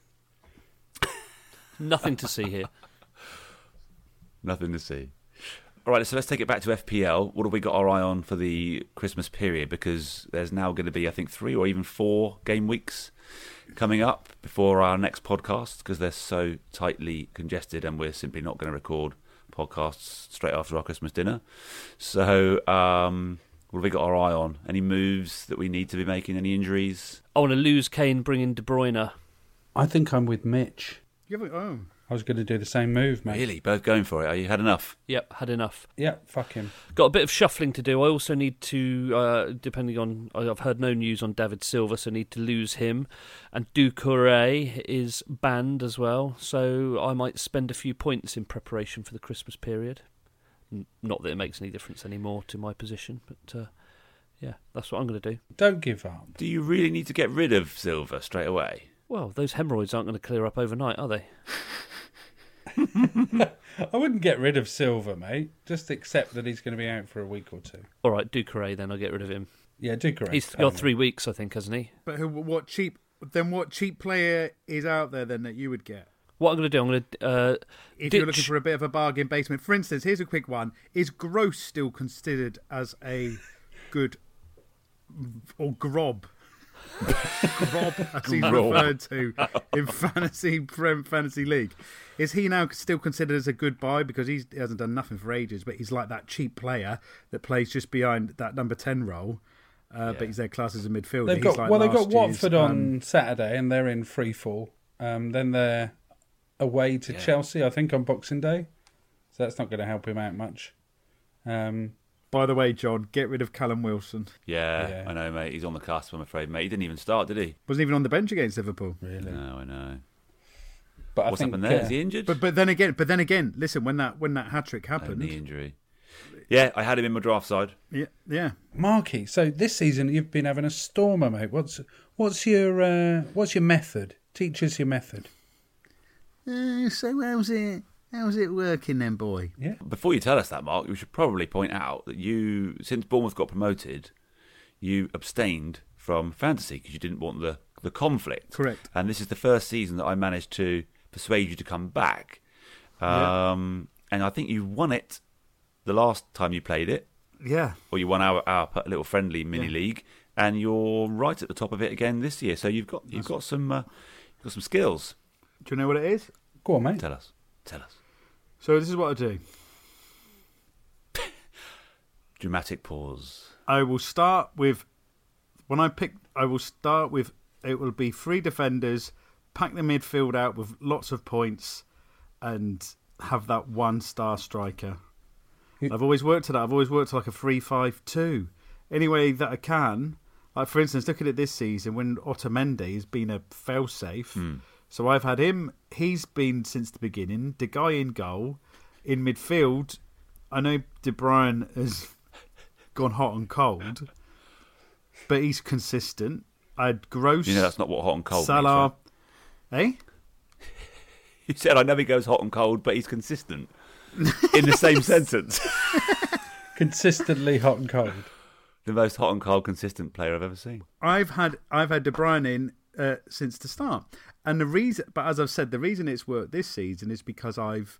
C: Nothing to see here.
A: Nothing to see. All right, so let's take it back to FPL. What have we got our eye on for the Christmas period? Because there's now going to be, I think, three or even four game weeks coming up before our next podcast because they're so tightly congested and we're simply not going to record podcasts straight after our Christmas dinner. So, um, what have we got our eye on? Any moves that we need to be making? Any injuries?
C: I want to lose Kane, bring in De Bruyne.
B: I think I'm with Mitch.
D: You have a, oh.
B: I was going to do the same move, mate.
A: Really? Both going for it? Are you had enough?
C: Yep, had enough.
B: Yeah, fuck him.
C: Got a bit of shuffling to do. I also need to, uh, depending on, I've heard no news on David Silva, so need to lose him. And Ducouré is banned as well, so I might spend a few points in preparation for the Christmas period. N- Not that it makes any difference anymore to my position, but uh, yeah, that's what I'm going to do.
B: Don't give up.
A: Do you really need to get rid of Silver straight away?
C: Well, those hemorrhoids aren't going to clear up overnight, are they?
B: I wouldn't get rid of Silver, mate. Just accept that he's going to be out for a week or two.
C: All right, Ducouré, then I'll get rid of him.
B: Yeah, Um, Doucouré.
C: He's got three weeks, I think, hasn't he?
D: But who? What cheap? Then what cheap player is out there then that you would get?
C: What I'm going to do, I'm going to uh,
D: If
C: ditch
D: you're looking for a bit of a bargain basement, for instance, here's a quick one: Is Gross still considered as a good or grob? grob, as he's
E: Grob.
D: referred to in fantasy Prem fantasy league, is he now still considered as a good buy because he's, he hasn't done nothing for ages? But he's like that cheap player that plays just behind that number ten role, uh, but he's their class as a midfielder.
B: They've
D: He's
B: got
D: like
B: well, they've
D: last
B: got
D: year's,
B: Watford
D: um,
B: on Saturday, and they're in free fall. Um, then they're away to Chelsea, I think, on Boxing Day. So that's not going to help him out much. Um,
D: By the way, John, get rid of Callum Wilson.
A: Yeah,
D: Yeah.
A: I know, mate. He's on the cusp, I'm afraid, mate. He didn't even start, did he?
D: Wasn't even on the bench against Liverpool. Really?
A: No, I know.
B: But
A: What's happened there? Is he injured?
D: But but then again, but then again, listen, when that when that hat trick happened,
A: Knee injury. Yeah, I had him in my draft side.
D: yeah, yeah.
B: Marky, so this season you've been having a stormer, mate. What's what's your uh, what's your method? Teach us your method.
D: Uh, so how's it how's it working then, boy?
B: Yeah.
A: Before you tell us that, Mark, we should probably point out that you, since Bournemouth got promoted, you abstained from fantasy because you didn't want the, the conflict.
D: Correct.
A: And this is the first season that I managed to persuade you to come back.
D: Yeah.
A: Um, And I think you won it the last time you played it.
D: Yeah.
A: Or you won our, our little friendly mini league, and you're right at the top of it again this year. So you've got you've got some uh, you've got some skills.
D: Do you know what it is?
B: Go on, mate.
A: Tell us. Tell us.
D: So this is what I do.
A: Dramatic pause.
D: I will start with when I pick. I will start with it will be three defenders, pack the midfield out with lots of points, and have that one star striker. I've always worked at that. I've always worked to like a three-five-two. Any way that I can. Like for instance, looking at this season when Otamendi has been a failsafe.
A: Hmm.
D: So I've had him. He's been since the beginning. The guy in goal, in midfield. I know De Bruyne has gone hot and cold, but he's consistent. I had Gross.
A: You know that's not what hot and cold. means,
D: Salah. eh?
A: right? You said I know he goes hot and cold, but he's consistent. In the same sentence,
B: Consistently hot and cold.
A: the most hot and cold consistent player I've ever seen.
D: I've had I've had De Bruyne in uh, since the start, and the reason. But as I've said, the reason it's worked this season is because I've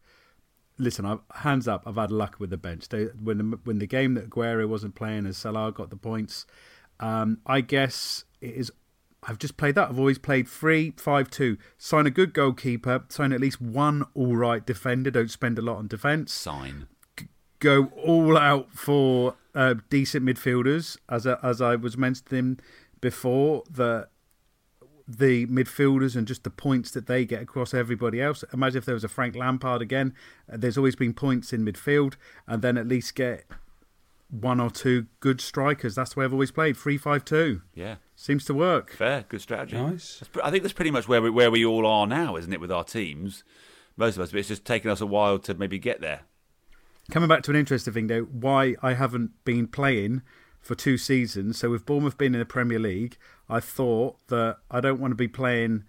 D: listen. I've hands up. I've had luck with the bench. They, when the, when the game that Aguero wasn't playing and Salah got the points, um, I guess it is. I've just played that. I've always played three, five, two. Sign a good goalkeeper. Sign at least one all right defender. Don't spend a lot on defence.
A: Sign.
D: go all out for uh, decent midfielders, as I, as I was mentioning before, that the midfielders and just the points that they get across everybody else. Imagine if there was a Frank Lampard again. Uh, There's always been points in midfield, and then at least get one or two good strikers. That's the way I've always played. Three five two
A: Yeah,
D: seems to work.
A: fair, good strategy.
B: Nice.
A: That's, pre- I think that's pretty much where we, where we all are now, isn't it, with our teams? Most of us, but it's just taken us a while to maybe get there.
D: Coming back to an interesting thing though, why I haven't been playing for two seasons. So with Bournemouth being in the Premier League, I thought that I don't want to be playing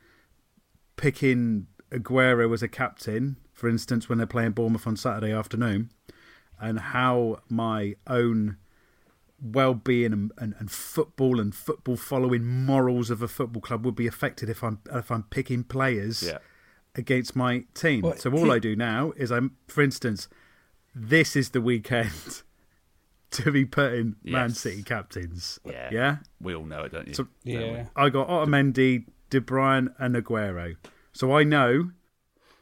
D: picking Aguero as a captain, for instance, when they're playing Bournemouth on Saturday afternoon, and how my own well-being and, and, and football and football following morals of a football club would be affected if I'm if I'm picking players
A: Yeah.
D: against my team.
A: Well,
D: so all
A: it-
D: I do now is I'm, for instance, this is the weekend to be putting Man
A: Yes.
D: City captains.
A: Yeah.
D: yeah.
A: We all know it, don't you?
D: So
A: Don't we?
D: I got Otamendi, De Bruyne, and Aguero. So I know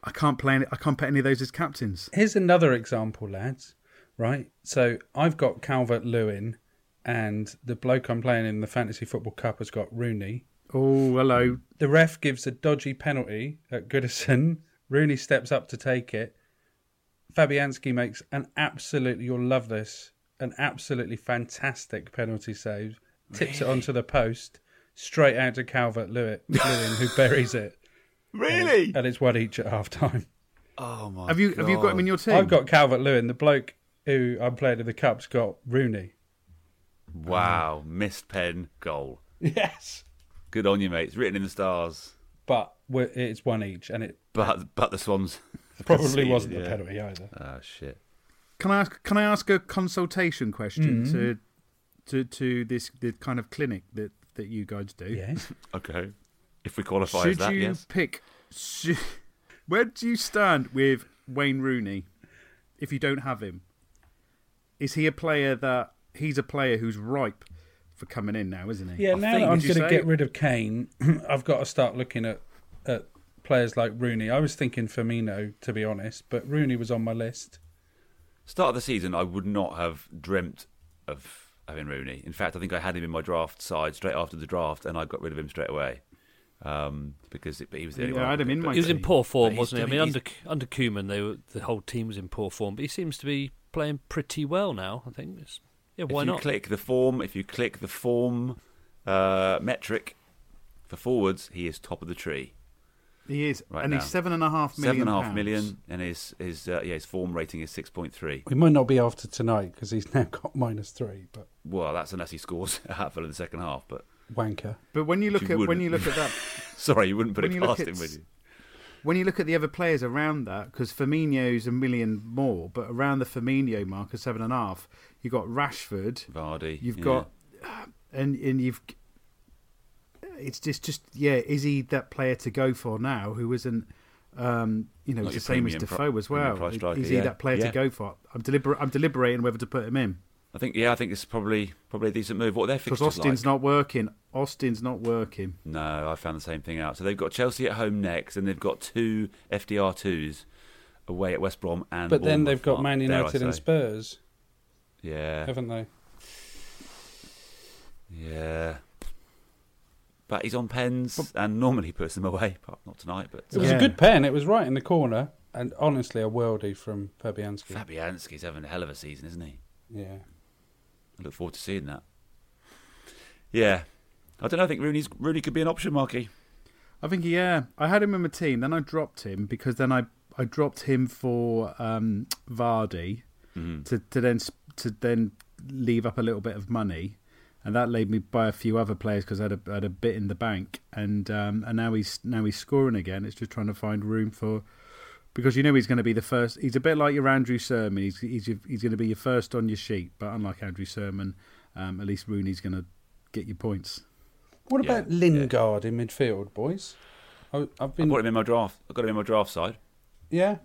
D: I can't play. Any, I can't put any of those as captains.
B: Here's another example, lads. Right, so I've got Calvert Lewin, and the bloke I'm playing in the Fantasy Football Cup has got Rooney.
D: Oh, hello.
B: The ref gives a dodgy penalty at Goodison. Rooney steps up to take it. Fabianski makes an absolutely, you'll love this, an absolutely fantastic penalty save, tips it
A: Really?
B: onto the post, straight out to Calvert Lewin, who buries it.
A: Really?
B: And it's one each at half time.
A: Oh my!
D: Have you- have you got him in your team?
B: I've got Calvert Lewin. The bloke who I'm playing in the cup's got Rooney.
A: Wow, missed pen goal.
B: Yes.
A: Good on you, mate. It's written in the stars.
B: But we're, it's one each, and it
A: But but the Swans
B: Probably
A: conceded,
B: wasn't a penalty either.
A: Oh shit!
D: Can I ask? Can I ask a consultation question
A: Mhm.
D: to to to this the kind of clinic that that you guys do?
B: Yes.
A: Okay, if we qualify as
D: Should
A: that,
D: you
A: yes.
D: pick? Should, where do you stand with Wayne Rooney? If you don't have him, is he a player that he's a player who's ripe for coming in now, isn't he?
B: Yeah, now that I'm
D: Would you
B: going to
D: say?
B: get rid of Kane, I've got to start looking at, at players like Rooney. I was thinking Firmino, to be honest, but Rooney was on my list.
A: Start of the season, I would not have dreamt of having Rooney. In fact, I think I had him in my draft side straight after the draft, and I got rid of him straight away um, because it, he was the only one. could pick.
C: He was in poor
A: But
C: form,
A: he's
C: wasn't he? I
A: doing-
C: mean,
A: he's-
C: under under Koeman, they were, the whole team was in poor form, but he seems to be playing pretty well now. I think. It's, yeah, why
A: if you
C: not?
A: click the form, if you click the form uh, metric for forwards, he is top of the tree.
D: He is,
A: right
D: and
A: now.
D: he's seven and a half million.
A: Seven and a half
D: pounds.
A: million, and his his uh, yeah his form rating is six point three.
B: We might not be after tonight because he's now got minus three, but
A: Well, that's unless he scores a hatful in the second half. But
B: wanker.
D: But when you
A: Which
D: look
A: you
D: at when
A: wouldn't.
D: you look at that,
A: sorry, you wouldn't put
D: When
A: it
D: you look
A: past
D: at
A: him, would
D: s-
A: you?
D: when you look at the other players around that, because Firmino's a million more, but around the Firmino mark of seven and a half, you've got Rashford,
A: Vardy,
D: you've
A: yeah.
D: got, uh, and and you've, it's just just yeah, is he that player to go for now who isn't, um, you know,
A: Not
D: it's the
A: your
D: same as
A: premium pro-
D: Defoe as
A: premium
D: well.
A: price striker,
D: is he
A: yeah.
D: that player
A: Yeah.
D: to go for? I'm deliber- I'm deliberating whether to put him in
A: I think yeah, I think it's probably probably a decent move. What are their
D: because
A: fixtures like?
D: Austin's not working. Austin's not working.
A: No, I found the same thing out. So they've got Chelsea at home next, and they've got two FDR twos away at West Brom and.
B: But then
A: Bournemouth.
B: they've got
A: Oh,
B: Man
A: dare I
B: United and
A: say.
B: Spurs,
A: Yeah,
B: haven't they?
A: yeah. But he's on pens, and normally he puts them away. But not tonight. But
B: It was a good pen. It was right in the corner, and honestly, a worldie from Fabianski.
A: Fabianski's having a hell of a season, isn't he?
B: yeah.
A: I look forward to seeing that. Yeah, I don't know. I think Rooney's Rooney could be an option, Marky.
D: I think yeah, I had him in my team. Then I dropped him because then I I dropped him for um, Vardy to to then sp- to then leave up a little bit of money, and that led me buy a few other players because I had a I had a bit in the bank, and um, and now he's now he's scoring again. It's just trying to find room for. Because you know he's going to be the first. He's a bit like your Andrew Sermon. He's he's your, he's going to be your first on your sheet, but unlike Andrew Sermon, um, at least Rooney's going to get your points.
B: What
A: Yeah,
B: about Lingard in midfield, boys? I, I've
A: I
B: been.
A: bought him in my draft. I got him in my draft side.
B: yeah.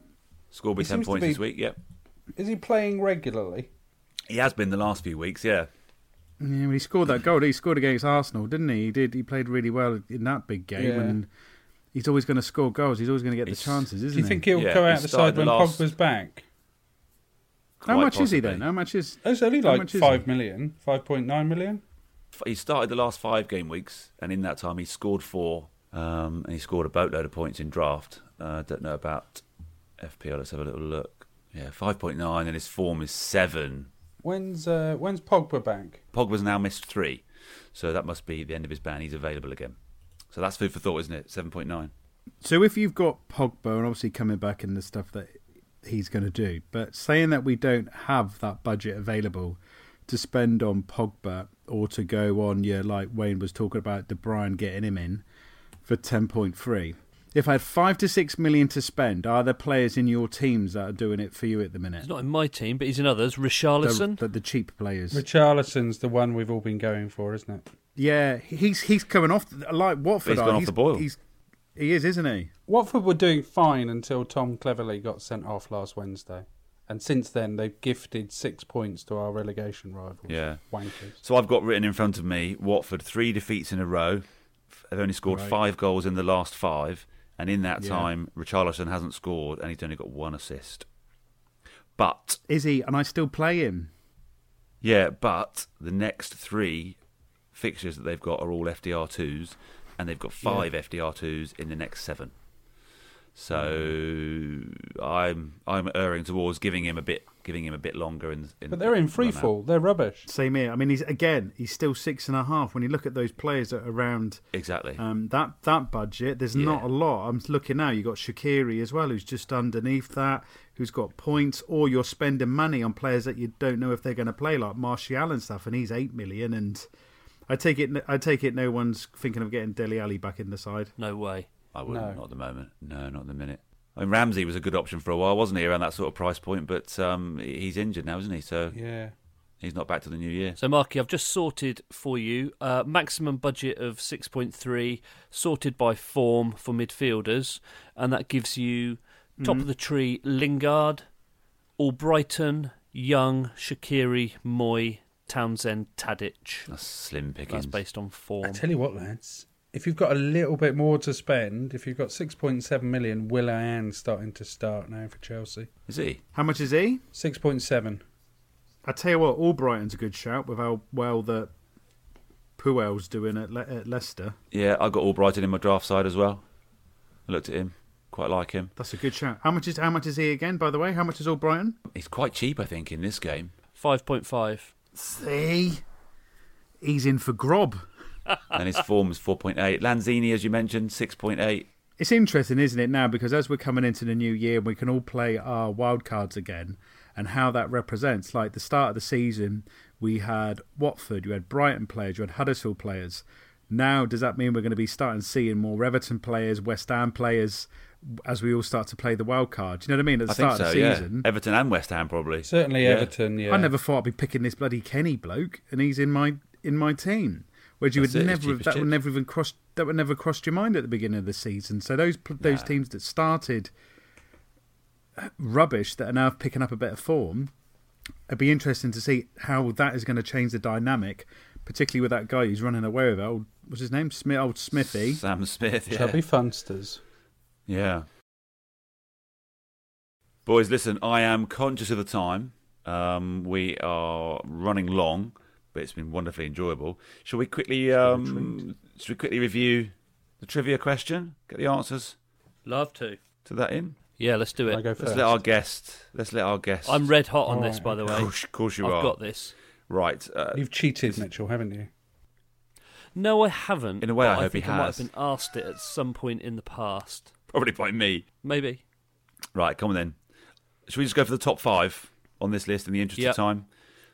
A: Scored by
B: He
A: ten
B: seems to
A: points
B: be-
A: this week. Yep,
B: Is he playing regularly?
A: he has been the last few weeks. Yeah,
D: Yeah, when he scored that goal, he scored against Arsenal, didn't he? He did. He played really well in that big game,
B: Yeah.
D: and he's always going to score goals. He's always going to get the chances, isn't
B: Do you
D: he?
B: think he'll
A: Yeah,
B: go
A: he
B: out the
A: started
B: side
A: the
B: when
A: last-
B: Pogba's back?
D: How
A: Quite
D: much is he then?
A: possibly.
D: How much is?
B: It's only
D: how
B: like
D: much is
B: five
D: he?
B: million, five point nine million.
A: F- he started the last five game weeks, and in that time he scored four, um, and he scored a boatload of points in draft. Uh, I don't know about FPL. Let's have a little look. Yeah, five point nine, and his form is seven.
B: When's uh, when's Pogba back?
A: Pogba's now missed three, so that must be the end of his ban. He's available again. So that's food for thought, isn't it? Seven point nine.
D: So if you've got Pogba and obviously coming back and the stuff that he's going to do, but saying that we don't have that budget available to spend on Pogba or to go on, yeah, like Wayne was talking about, De Bruyne getting him in for 10.3. If I had five to six million to spend, are there players in your teams that are doing it for you at the minute?
C: He's not in my team, but he's in others. Richarlison.
D: The, the, the cheap players.
B: Richarlison's the one we've all been going for, isn't it?
D: Yeah, he's he's coming off like Watford.
A: He's gone
D: are.
A: off the boil.
D: He's, he is, isn't he?
B: Watford were doing fine until Tom Cleverly got sent off last Wednesday. And since then, they've gifted six points to our relegation rivals.
A: Yeah.
B: Wankers.
A: So I've got written in front of me Watford, three defeats in a row. They've only scored
D: Right.
A: five goals in the last five. And in that
D: Yeah.
A: time, Richarlison hasn't scored and he's only got one assist. But,
D: Is he? And I still play him.
A: yeah, but the next three fixtures that they've got are all FDR2s and they've got five FDR2s in the next seven. So
B: Mm.
A: I'm I'm erring towards giving him a bit giving him a bit longer in, in
B: But they're in free
A: run out.
B: fall. They're rubbish.
D: Same here. I mean, he's again, he's still six and a half. When you look at those players that are around
A: Exactly.
D: um, that that budget, there's not a lot. I'm looking now. You got Shakiri as well, who's just underneath that, who's got points. Or you're spending money on players that you don't know if they're going to play, like Martial and stuff, and he's eight million. And I take it, I take it, no one's thinking of getting Deli Ali back in the side.
C: No way.
A: I wouldn't.
D: No.
A: Not at the moment. No, not at the minute. I mean, Ramsey was a good option for a while, wasn't he, around that sort of price point? But um, he's injured now, isn't he? So
B: Yeah.
A: he's not back to the new year.
C: So, Marky, I've just sorted for you uh, maximum budget of 6.3, sorted by form for midfielders, and that gives you top of
B: Mhm.
C: the tree Lingard, Albrighton, Young, Shakiri, Moy, Townsend, Tadic.
A: That's slim
C: That's
A: pickings.
C: based on form.
B: I tell you what, lads, if you've got a little bit more to spend, if you've got 6.7 million, Willian's starting to start now for Chelsea.
A: Is he?
D: How much is he?
B: 6.7.
D: I tell you what, Albrighton's a good shout with how well that Puel's doing at, Le- at Leicester.
A: Yeah, I got Albrighton in my draft side as well. I looked at him. Quite like him.
D: That's a good shout. How much is how much is he again? By the way, how much is Albrighton?
A: He's quite cheap, I think, in this game.
C: 5.5.
D: See, he's in for Grob.
A: and his form's 4.8. Lanzini, as you mentioned, 6.8.
D: It's interesting, isn't it, now because as we're coming into the new year, we can all play our wild cards again, and how that represents. Like the start of the season, we had Watford, you had Brighton players, you had Huddersfield players. Now, does that mean we're going to be starting seeing more Everton players, West Ham players, as we all start to play the wild card? Do you know what I mean? At the
A: I think
D: start of
A: so,
D: the
A: yeah.
D: season,
A: Everton and West Ham, probably.
B: Certainly Everton, yeah.
D: I never thought I'd be picking this bloody Kenny bloke, and he's in my in my team. Whereas you
A: That's
D: would
A: it, it's
D: never have,
A: cheap as
D: that would
A: chips.
D: never even cross that would never crossed your mind at the beginning of the season. So those pl- those
A: Nah.
D: teams that started uh, rubbish that are now picking up a better form, it'd be interesting to see how that is going to change the dynamic, particularly with that guy who's running away with it. Old, what's his name? Smith, old Smithy.
A: Sam Smith, yeah.
B: Chubby funsters.
A: Yeah. Boys, listen, I am conscious of the time. Um, we are running long, but it's been wonderfully enjoyable. Shall we quickly um, shall we quickly review the trivia question? Get the answers
C: Love to.
A: to that in?
C: Yeah, let's do it.
A: Let's let our guest let's let our guest
C: I'm red hot on this, by the way.
A: Of course, of course you
C: I've
A: are.
C: got this.
A: Right. Uh,
B: You've cheated, Mitchell, haven't you?
C: No, I haven't.
A: In a way,
C: but
A: I hope he
C: think I might
A: has.
C: have been asked it at some point in the past.
A: probably by me.
C: Maybe.
A: Right, come on then. Should we just go for the top five on this list in the interest
C: Yeah.
A: of time?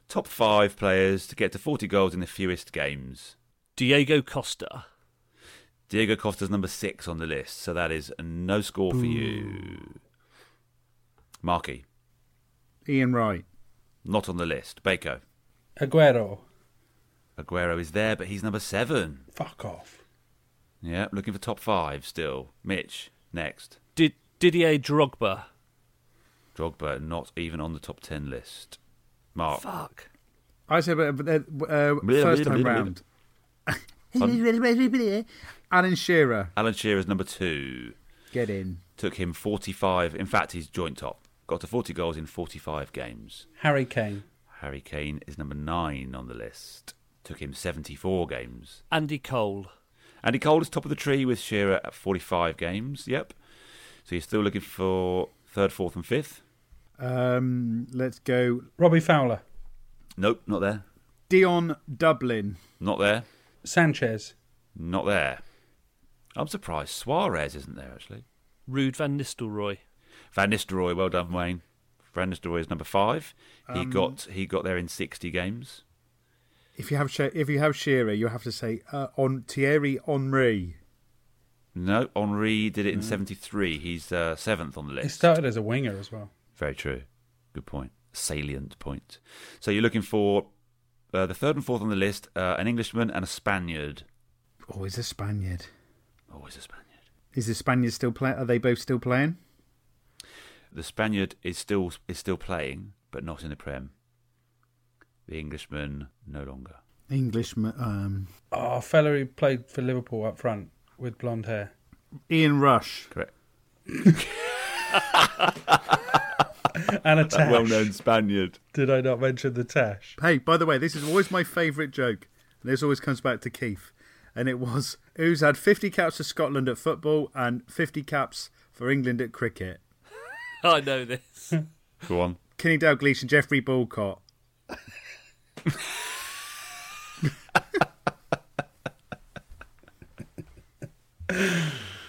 A: Top five players to get to 40 goals in the fewest games.
C: Diego Costa.
A: Diego Costa's number six on the list, so that is a no score for you. Markey,
D: Ian Wright.
A: not on the list. Baker.
B: Aguero.
A: Aguero is there, but he's number seven.
B: Fuck off.
A: Yeah, looking for top five still. Mitch, next.
C: Did Didier Drogba.
A: Drogba, not even on the top ten list. Mark.
C: Fuck.
D: I said uh, uh,
A: Blah,
D: first
A: blah,
D: time
A: blah,
D: round. Alan Shearer,
A: Alan Shearer's number two.
D: get in.
A: Took him 45. In fact, he's joint top. Got to 40 goals in 45 games.
B: Harry Kane.
A: Harry Kane is number nine on the list. Took him 74 games.
C: Andy Cole.
A: Andy Cole is top of the tree with Shearer at 45 games. Yep. So you're still looking for third, fourth, and fifth.
D: Um, let's go.
B: Robbie Fowler.
A: Nope, not there.
D: Dion Dublin.
A: Not there.
B: Sanchez.
A: Not there. I'm surprised Suarez isn't there, actually.
C: Rude Van Nistelrooy.
A: Van Nistelrooy, well done, Wayne. Brandon Story is number five. He
D: Um,
A: got he got there in sixty games.
D: If you have She- if you have Shearer, you have to say uh, on Thierry Henry.
A: No, Henri did it in
D: Mm.
A: seventy three. He's uh, seventh on the
B: He
A: list.
B: started as a winger as well.
A: Very true. Good point. Salient point. So you're looking for uh, the third and fourth on the list: uh, an Englishman and a Spaniard.
D: Always a Oh, Spaniard.
A: Always Oh, a Spaniard.
D: Is the Spaniard still playing? Are they both still playing?
A: The Spaniard is still is still playing, but not in the Prem. The Englishman no longer.
D: Englishman. Um,
B: Oh, fella who played for Liverpool up front with blonde hair.
D: Ian Rush.
A: Correct.
B: and a tash.
A: well-known Spaniard.
B: Did I not mention the tash?
D: Hey, by the way, this is always my favourite joke, and this always comes back to Keith. And it was who's had 50 caps for Scotland at football and 50 caps for England at cricket?
C: I know this.
A: Go on.
D: Kenny Dalglish and Jeffrey Ballcott.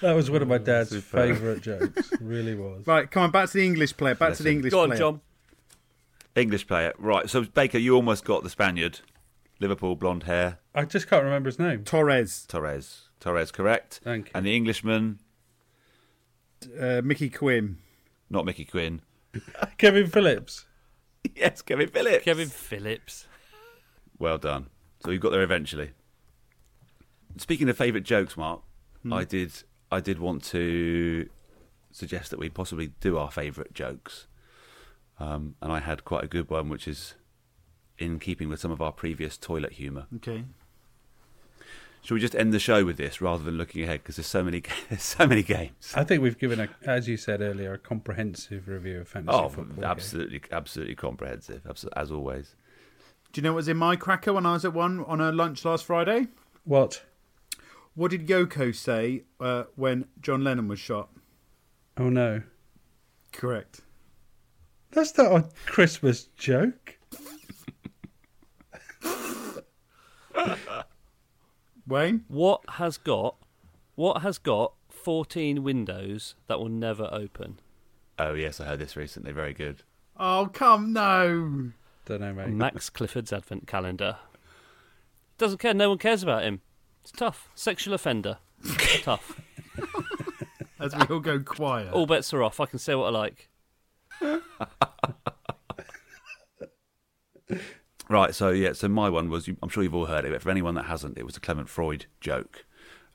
B: That was one of
A: Oh,
B: my dad's
D: superb.
B: favourite jokes. Really was.
D: Right, come on, back to the English player. Back to the
A: Listen.
D: English player.
A: English player, right? So Baker, you almost got the Spaniard. Liverpool, blonde hair.
B: I just can't remember his name.
D: Torres.
A: Torres. Torres, correct.
B: Thank you.
A: And the Englishman,
D: Uh, Mickey Quinn.
A: not Mickey Quinn.
B: Kevin Phillips.
A: Yes, Kevin Phillips.
C: Kevin Phillips.
A: Well done. So you got there eventually. Speaking of favourite jokes, Mark,
D: Hmm.
A: I did I did want to suggest that we possibly do our favourite jokes, um, and I had quite a good one, which is in keeping with some of our previous toilet humour.
D: Okay.
A: Shall we just end the show with this rather than looking ahead because there's so many there's so many games.
B: I think we've given a, as you said earlier, a comprehensive review of fantasy
A: Oh,
B: football.
A: absolutely, absolutely comprehensive, abso- as always.
D: Do you know what was in my cracker when I was at one on a lunch last Friday?
B: What?
D: What did Yoko say uh, when John Lennon was shot?
B: Oh no,
D: Correct.
B: that's not a Christmas joke.
D: Wayne?
C: What has got what has got fourteen windows that will never open?
A: Oh yes, I heard this recently. Very good.
D: Oh, come, no.
B: Don't know, mate.
C: Max Clifford's advent calendar. Doesn't care, no one cares about him. It's tough. Sexual offender. tough.
D: As we all go quiet.
C: All bets are off. I can say what I like.
A: Right, so yeah, so my one was I'm sure you've all heard it, but for anyone that hasn't, it was a Clement Freud joke.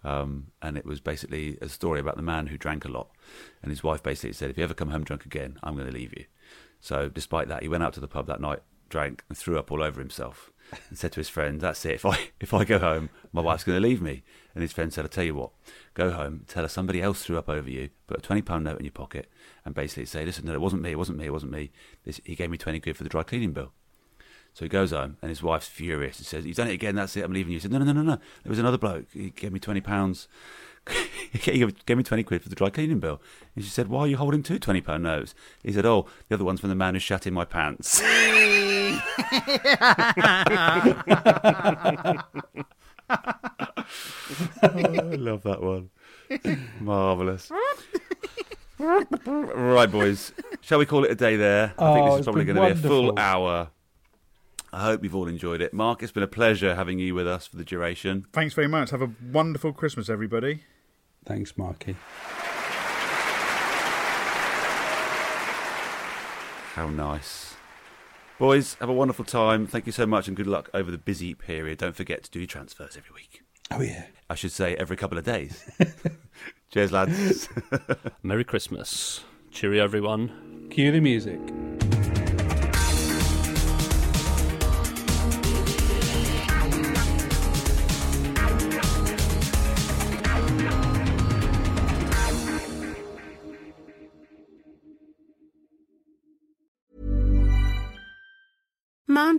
A: Um, and it was basically a story about the man who drank a lot. And his wife basically said, If you ever come home drunk again, I'm going to leave you. So, despite that, he went out to the pub that night, drank, and threw up all over himself and said to his friend, That's it. If I, if I go home, my wife's going to leave me. And his friend said, I'll tell you what, go home, tell her somebody else threw up over you, put a £20 note in your pocket, and basically say, Listen, no, it wasn't me, it wasn't me, it wasn't me. This, he gave me 20 quid for the dry cleaning bill. So he goes home, and his wife's furious and says, "You've done it again. That's it. I'm leaving you." He said, "No, no, no, no, no. There was another bloke. He gave me twenty pounds. he gave gave me twenty quid for the dry cleaning bill." And she said, "Why are you holding two twenty pound notes?" He said, "Oh, the other one's from the man who shat in my pants." I love that one. Marvelous. Right, boys. Shall we call it a day there? I think
B: Oh,
A: this is
B: it's
A: probably
B: been
A: going to be a full
B: wonderful.
A: hour. I hope you've all enjoyed it. Mark, it's been a pleasure having you with us for the duration.
D: Thanks very much. Have a wonderful Christmas, everybody.
B: Thanks, Marky.
A: How nice. Boys, have a wonderful time. Thank you so much and good luck over the busy period. Don't forget to do your transfers every week.
B: Oh yeah.
A: I should say every couple of days. Cheers, lads.
C: Merry Christmas. Cheerio, everyone.
B: Cue the music.
I: Mom